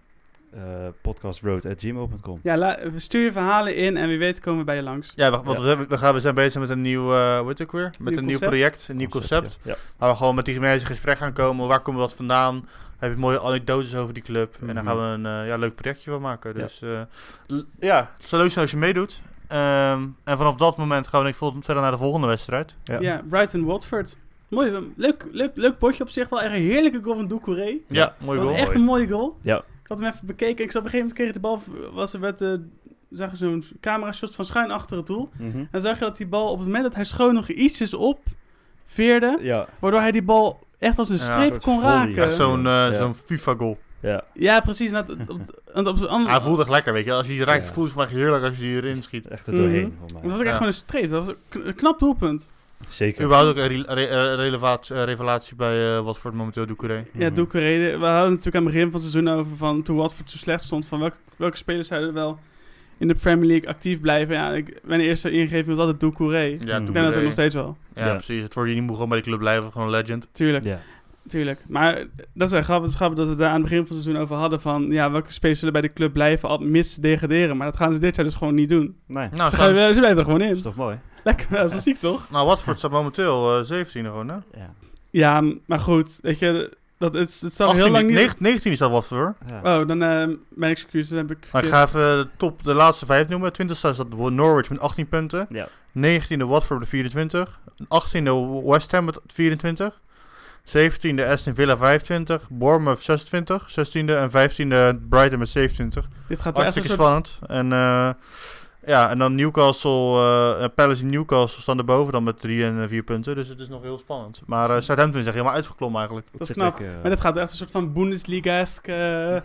Eh, podcastroad at gmail.com. Ja, la- stuur je verhalen in en wie weet komen we bij je langs. Ja, we, want We, hebben- we gaan, we zijn bezig met een nieuw, eh hoe heet het ook weer? Met een Nieuw nieuw concept. project, een nieuw concept. Ja. Waar we gewoon met die mensen in gesprek gaan komen. Waar komt dat vandaan? Heb je mooie anekdotes over die club? En daar Mhm. gaan we een eh, ja, leuk projectje van maken. Ja. Dus eh, l- ja, het zou leuk zijn als je meedoet. Ehm, en vanaf dat moment gaan we denk ik vol- verder naar de volgende wedstrijd. Ja. Ja, Brighton Watford. Mooi, leuk, leuk, leuk potje op zich. Wel echt een heerlijke goal van Doucouré. Ja, Ja. mooi dat goal. was echt een mooie goal. Ja. Ik had hem even bekeken. Ik zat op een gegeven moment kreeg ik de bal. Was er werd, eh, zag je zo'n camera-shot van schuin achter het doel. Mhm. En zag je dat die bal op het moment dat hij schoon nog ietsjes op veerde. Ja, Waardoor hij die bal echt als een Ja, streep een soort kon volley. Echt raken. zo'n eh, Ja. zo'n FIFA-goal. ja. Ja, precies. Nou, dat- op, want op, zo'n andere- Hij voelt echt lekker, weet je. Als je die raakt, Ja. voelt het vandaag heerlijk als je die erin schiet. Echt er doorheen Mhm. dat voor was mij. ook echt Ja. gewoon een streep. Dat was een kn- een knap doelpunt. Zeker. Überhaupt ook een re- re- eh, relevaat- eh, revelatie bij wat Watford momenteel Doucouré. Ja, Mhm. Doeker reden. We hadden natuurlijk aan het begin van het seizoen over van toen Watford zo slecht stond. Van welke, welke spelers zouden er wel in de Premier League actief blijven? Ja, ik, mijn eerste ingeving was altijd Doucouré. Ik Ja, Mhm. denk dat Doucouré. het nog steeds wel. Ja, Ja. precies. Het wordt hier niet moet gewoon bij de club blijven, gewoon een legend. Tuurlijk, Ja. tuurlijk. Maar eh, dat is wel grappig, het is grappig dat we daar aan het begin van het seizoen over hadden. Van ja, welke spelers zullen bij de club blijven al mis degraderen. Maar dat gaan ze dit jaar dus gewoon niet doen. Nee, Nou, ze, gaan, staan- ze blijven er gewoon dat is in. toch mooi? Lekker, dat is wel ziek toch? nou Watford staat momenteel eh 17 gewoon, hè? Ja. Ja, m- maar goed, weet je, dat, het, het zal 18, heel lang niet... 19, 19 is dat Watford hoor. Ja. Oh, dan eh, mijn excuses, dan heb ik... Maar ik verkeerd- ga even de, top, de laatste vijf noemen. 20 staat dat Norwich met 18 punten. Ja. 19e Watford met 24. 18e West Ham met 24. 17e Aston Villa 25. Bournemouth 26. 16e en 15e Brighton met 27. Dit gaat wel echt een Hartstikke soort spannend. En, eh, ja, en dan Newcastle, eh, eh, Palace en Newcastle staan erboven dan met 3 en 4 punten. Dus het is nog heel spannend. Maar eh Southampton is echt helemaal uitgeklommen eigenlijk. Dat is Zit knap. ik, eh, Maar dit gaat echt een soort van Bundesliga-esque eh, eh,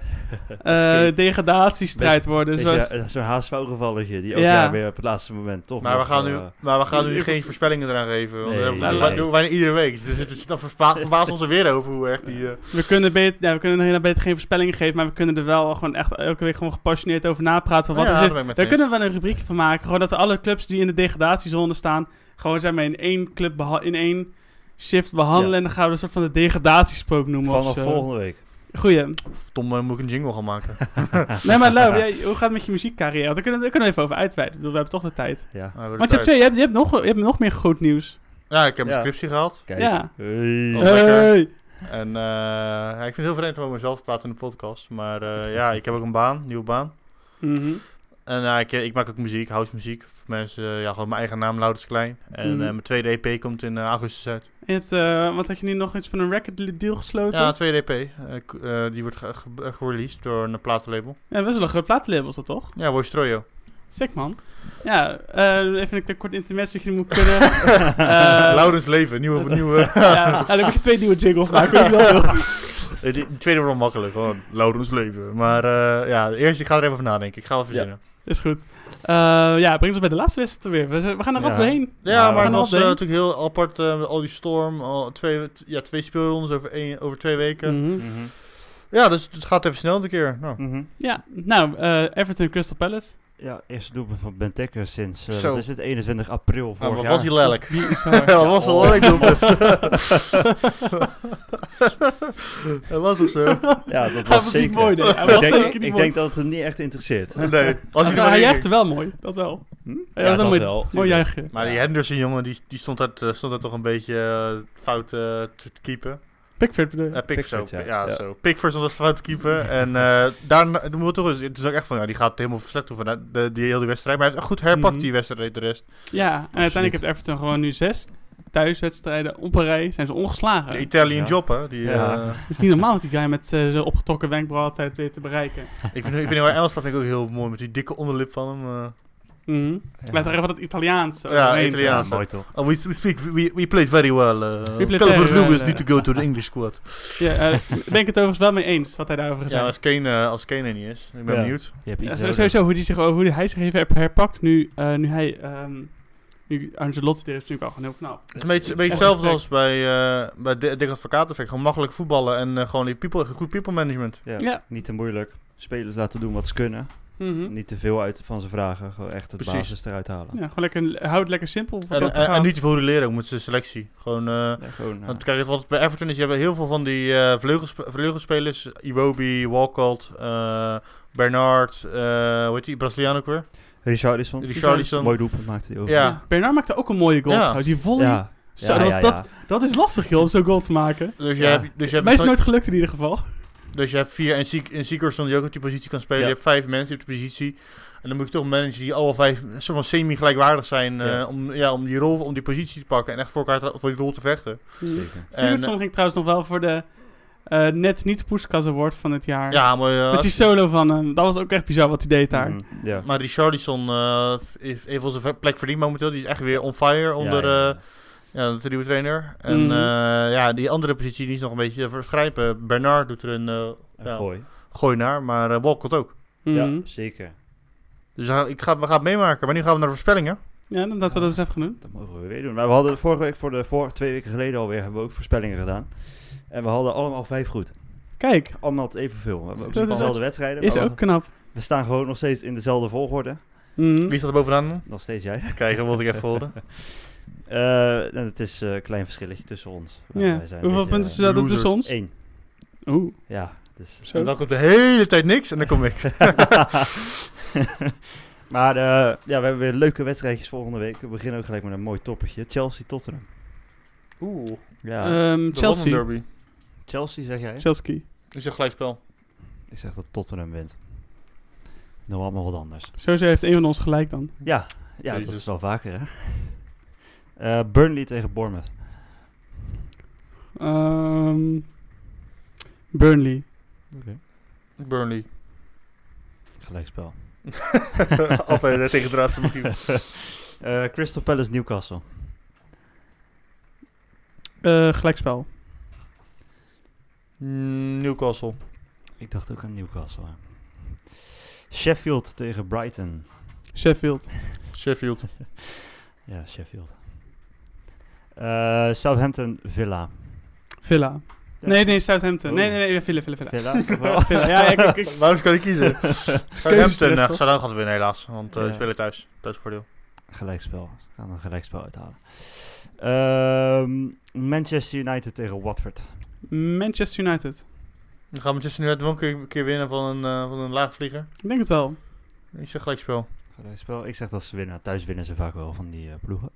Escape. degradatiestrijd worden. Weet Zoals, je, eh, Zo'n HSV-gevalletje, die ook Ja. daar weer op het laatste moment toch Maar we, nog, gaan nu, eh, maar we gaan nu ik- geen voorspellingen eraan geven. want Nee, dat nee, doen we- nee. doen wij iedere week. Dus het, is- dan verbaast, verbaast ons er weer over hoe echt die... eh, we, kunnen beter, ja, we kunnen er helemaal beter geen voorspellingen geven, maar we kunnen er wel gewoon echt elke week gewoon gepassioneerd over napraten. Van wat nou Ja, er daar zit. ben ik met Daar Chris. kunnen we wel een rubriekje van maken. Gewoon dat we alle clubs die in de degradatiezone staan, gewoon zijn we in één club beha- in één shift behandelen. Ja. En dan gaan we een soort van de degradatiesprook noemen. of vanaf zo. volgende week. Goeie. Tom, eh, moet ik een jingle gaan [laughs] maken? Nee, maar Lau, jij- hoe gaat het met je muziekcarrière? Want Daar kunnen, daar kunnen we even over uitweiden. Ik bedoel, we hebben toch de tijd. Ja. Maar we hebben Want je hebt, twee, tijd. je, hebt, je, hebt nog, je hebt nog meer goed nieuws. Ja, ik heb mijn Ja. scriptie gehaald. Kijk. Ja. Hey. Oh. lekker. Hey. En eh, ja, ik vind het heel vreemd om over mezelf te praten in de podcast. Maar eh, ja, ik heb ook een baan, nieuwe baan. Mhm. En ja, ik, ik maak ook muziek, house muziek. Voor mensen, eh, ja, gewoon mijn eigen naam, Louders Klein. En Mhm. eh, mijn tweede EP komt in eh, augustus uit. Je hebt, eh, wat had je nu nog iets van een record deal gesloten? Ja, Ja, een tweede EP. eh, k- eh, die wordt ge- ge- eh, gereleased door een platenlabel. best wel een groot platenlabel is dat toch? Ja, Voice Troyo. Sick man. Ja, eh, even een kort intermezzo dat je moet [laughs] kunnen. Eh, Louders Leven, nieuwe... nieuwe ja, nou, dan moet je twee nieuwe jingles maken. hoe je dat wil. [laughs] Eh, die- die tweede wordt wel makkelijk, gewoon Louders Leven. Maar eh, ja, eerst, ik ga er even over nadenken. Ik ga wel verzinnen. Is goed. Eh, ja, brengt ons bij de laatste wedstrijd weer. We, zijn- we gaan er Ja. rap doorheen. Ja, Nou, maar het gaan was eh, afdenken. natuurlijk heel apart. eh, met al die storm, al twee, t- ja, twee speelrondes over, één, over twee weken. Mhm. Mhm. Ja, dus het gaat even snel een keer. Nou. Mhm. Ja, nou, eh, Everton Crystal Palace. Ja, eerste doelpunt van Benteke sinds, eh, Zo. wat is het, 21 april Maar vorig wat jaar. was die [laughs] lelijk? Die is Wat waar. was een [laughs] lelijk doelpunt. Oh. [laughs] Dat was ook zo. Ja, dat Hij was was zeker. niet mooi, nee. Hij ik was denk, zeker niet ik mooi. Hm? denk dat het hem niet echt interesseert. Nee. Als Hij hij maar hij één juichte keer- wel mooi, dat wel. Hm? Hij Ja, had dat een mooi, wel. mooi juichen. Maar die Henderson, jongen, die, die stond, daar, eh, stond daar toch een beetje eh, fout eh, te te keepen. Pickford bedoel je? Eh, Pickford, Pickford, zo, ja. pi- ja, Ja. zo. Pickford stond daar fout te keepen. En eh daarna, toen moet toch eens, het is ook echt van, ja, die gaat helemaal verslecht over de, de, die hele wedstrijd. Maar hij heeft echt goed herpakt, Mhm. die wedstrijd, de rest. Ja, en uiteindelijk heeft Everton gewoon nu zes thuiswedstrijden op een rij. Zijn ze ongeslagen. De Italian Ja. job, hè. Die, Ja. eh, Het is niet normaal dat die guy met eh, zijn opgetrokken wenkbrauw altijd weet te bereiken. ik vind, ik vind heel Engels vind ik ook heel mooi, met die dikke onderlip van hem. eh. Mhm. Laten we even dat Italiaans. Ja, overheen Italiaans. zeggen. Ja, zo. mooi toch. Oh, we, we speak, we, we played very well. eh We played Calvert very well, Lewis eh. need to go to the English squad. Ja, eh, ik ben ik het overigens wel mee eens wat hij daarover gezegd Ja, heeft. als Kane, eh, als Kane er niet is. Ik ben Ja. benieuwd. Je hebt Ja, iets zo- nodig. sowieso hoe, die zich, hoe die hij zich heeft her- herpakt nu, eh, nu hij. ehm nu Ancelotti er is, vind ik wel gewoon heel knap. Het is een beetje, een beetje Echt hetzelfde respect. als bij, eh bij Di- Dick Advocaat. vind ik Gewoon makkelijk voetballen en eh, gewoon die people, goed people management. Ja, Ja. Niet te moeilijk. Spelers laten doen wat ze kunnen. Mhm. Niet te veel uit van ze vragen. Gewoon echt het Precies. basis eruit halen. Ja, gewoon lekker, houd het lekker simpel. wat En, eh, dat en, en gaat. niet te veel roleren ook met zijn selectie. Gewoon, eh Ja, gewoon, eh, want kijk, wat bij Everton is, je hebt heel veel van die eh vleugelsp- vleugelspelers. Iwobi, Walcott, eh, Bernard, eh hoe heet die, Braziliaan ook weer? eh, Richarlison. Richarlison. Mooi doelpunt maakte hij ook. Ja. Bernard maakte ook een mooie goal. Ja. trouwens. Die volley. Ja. Zo, Ja, dat, ja, Dat, dat is lastig joh, om zo'n goal te maken. Dus je Ja. hebt, dus Mij je is hebt, het nooit gelukt in ieder geval. dus je hebt vier en Sieg- en Sigurdsson die ook op die positie kan spelen. Ja. Je hebt vijf mensen op die positie. En dan moet je toch managen die alle vijf een soort van semi-gelijkwaardig zijn. eh, Ja. Om, ja, om die rol, om die positie te pakken en echt voor elkaar te- voor die rol te vechten. Zeker. Sigurdsson Mhm. ging trouwens nog wel voor de eh, net niet Poeskas Award van het jaar. Ja, maar, eh, Met die solo van hem. Dat was ook echt bizar wat hij deed daar. Mhm, Ja. maar Richarlison eh heeft heeft wel zijn plek verdiend momenteel. Die is echt weer on fire onder eh, Ja, ja, ja, ja. de nieuwe trainer. En Mhm. eh, ja, die andere positie die is nog een beetje vergrijpen. Bernard doet er een eh, En ja, gooi. gooi naar, maar eh Walcott ook. Mhm. Ja, zeker. Dus eh, ik ga, we gaan het meemaken. Wanneer gaan we naar de voorspellingen? Ja, dan laten we dat eens even gaan doen. Dat mogen we weer doen. Maar we hadden vorige week, voor de voor, twee weken geleden alweer, hebben we ook voorspellingen gedaan. En we hadden allemaal vijf goed. Kijk, Allemaal evenveel. We hebben ook Dat niet is dezelfde wedstrijden. is maar ook knap. we- We staan gewoon nog steeds in dezelfde volgorde. Mhm. Wie staat er bovenaan? Nog steeds jij. Kijk, dat wilde ik even horen. Eh, en het is eh, een klein verschilletje tussen ons. Want Ja. wij zijn Hoeveel een punten beetje, staat er losers. tussen eh, ons? Eén. Oeh, Ja. Dus. [laughs] [laughs] zo. En dan komt de hele tijd niks en dan kom ik. maar eh, ja, we hebben weer leuke wedstrijdjes volgende week. We beginnen ook gelijk met een mooi toppertje. Chelsea-Tottenham. Oeh, Ja, Ehm, de London Chelsea. derby. Chelsea zeg jij? Chelsea. Is een gelijkspel. Ik zeg dat Tottenham wint. Nou, allemaal wat anders. Sowieso heeft een van ons gelijk dan. Ja, ja dat Jezus. is wel vaker hè. Eh, Burnley tegen Bournemouth. Ehm, Burnley. Burnley. Gelijkspel. [laughs] [laughs] Altijd eh, tegen de raadste motief. [laughs] Eh, Crystal Palace Newcastle. Eh, gelijkspel. Mm, Newcastle. Ik dacht ook aan Newcastle. hè. Sheffield tegen Brighton. Sheffield. Sheffield. Ja, Sheffield. Eh, Southampton Villa. [laughs] Villa. Ja. Nee, nee, Southampton. Oh. Nee, nee, nee, Villa, Villa, Villa. [laughs] Villa. toch wel? Villa. Ja, ik, [laughs] ik, ik- Waarom kan ik kiezen? Southampton Keuzestress, eh, toch? Southampton gaat winnen helaas, want eh Ja. we spelen thuis. Thuisvoordeel. [laughs] gelijkspel. Ze gaan een gelijkspel uithalen. Ehm, Manchester United tegen Watford. Manchester United. Dan gaan we tussen nu uit wel een keer, keer winnen van een, eh, van een laagvlieger. Ik denk het wel. Ik zeg gelijkspel. Gelijkspel. Ik zeg dat ze winnen. Thuis winnen ze vaak wel van die eh, ploegen.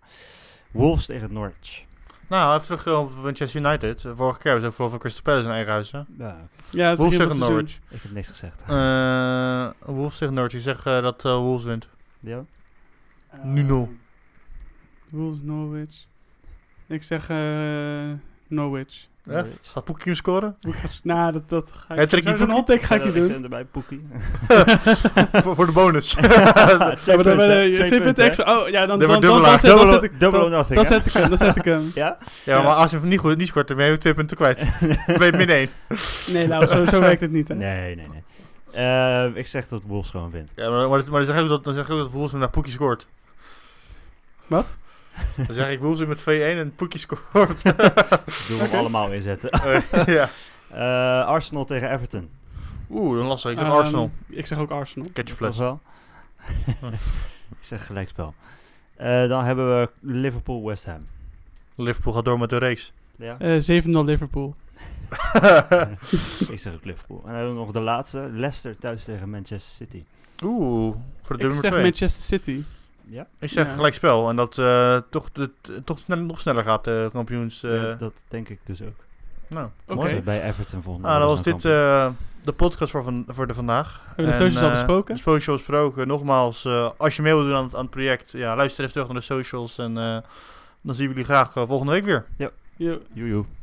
Wolves tegen Norwich. Nou, even terug op Manchester United. Eh, Vorige keer hebben ze ook verloren van Crystal Palace in eigen huis. Hè? Ja, oké. Ja, het Wolves begin van tegen het seizoen. Norwich. ik heb niks gezegd. Eh Wolves tegen Norwich. Ik zeg eh, dat eh, Wolves wint. Ja? Nuno. Wolves, Norwich. Ik zeg eh Norwich. Echt? Gaat Poekie hem [laughs] scoren? Hoe gaat het- Nou, dat, dat ga ik Hattrick niet die doen. Zo'n Poekie? hot take ga ik niet doen. erbij, [laughs] Poekie. voor, voor de [laughs] bonus. Ja, maar dan ben punten, je- twee twee punten punten, extra. Oh, ja, dan, dan, dan, Dan wordt dan, dubbel laag. zet- dan Double- zet ik double or dan, nothing, dan hè? zet ik hem. Dan zet ik hem. Ja? ja, maar als hij hem niet goed niet scoort, dan ben je ook twee [laughs] punten kwijt. Dan ben je min één. Nee, [laughs] nou, zo, zo werkt het niet. Hè. Nee, nee, nee. Eh, ik zeg dat Wolves gewoon wint. Ja, maar, maar, dat- maar dan, zeg ik ook dat, dan zeg ik ook dat Wolves hem naar Poekie scoort. Wat? Dan zeg ik Wolves hem met 2-1 en Poekie scoort. [laughs] Doen we hem allemaal inzetten. [laughs] Eh, ja. Eh, Arsenal tegen Everton. Oeh, dan lastig. Ik zeg Ehm, Arsenal. Ik zeg ook Arsenal. Catch Toch fles. wel? [laughs] Ik zeg gelijkspel. Eh, dan hebben we Liverpool-West Ham. Liverpool gaat door met de reeks. [laughs] Ja? Eh, 7-0 Liverpool. Ik zeg ook Liverpool. En dan hebben we nog de laatste. Leicester thuis tegen Manchester City. Oeh, voor Ik de nummer zeg 2. Manchester City. Ja, Ik zeg Ja. gelijk spel. En dat eh, toch, de, t- toch sneller- nog sneller gaat de kampioens. eh, ja, dat denk ik dus ook. nou, Oké. Als mooi. we bij Everton volgende Nou, week dan was gaan dit kampen. eh, de podcast voor, van, voor de vandaag. Hebben we de socials al eh, besproken? De socials al besproken. Nogmaals, eh, als je mee wilt doen aan, het- aan het project, ja, luister even terug naar de socials. En eh, dan zien we jullie graag eh, volgende week weer. Jo. Joe, joe.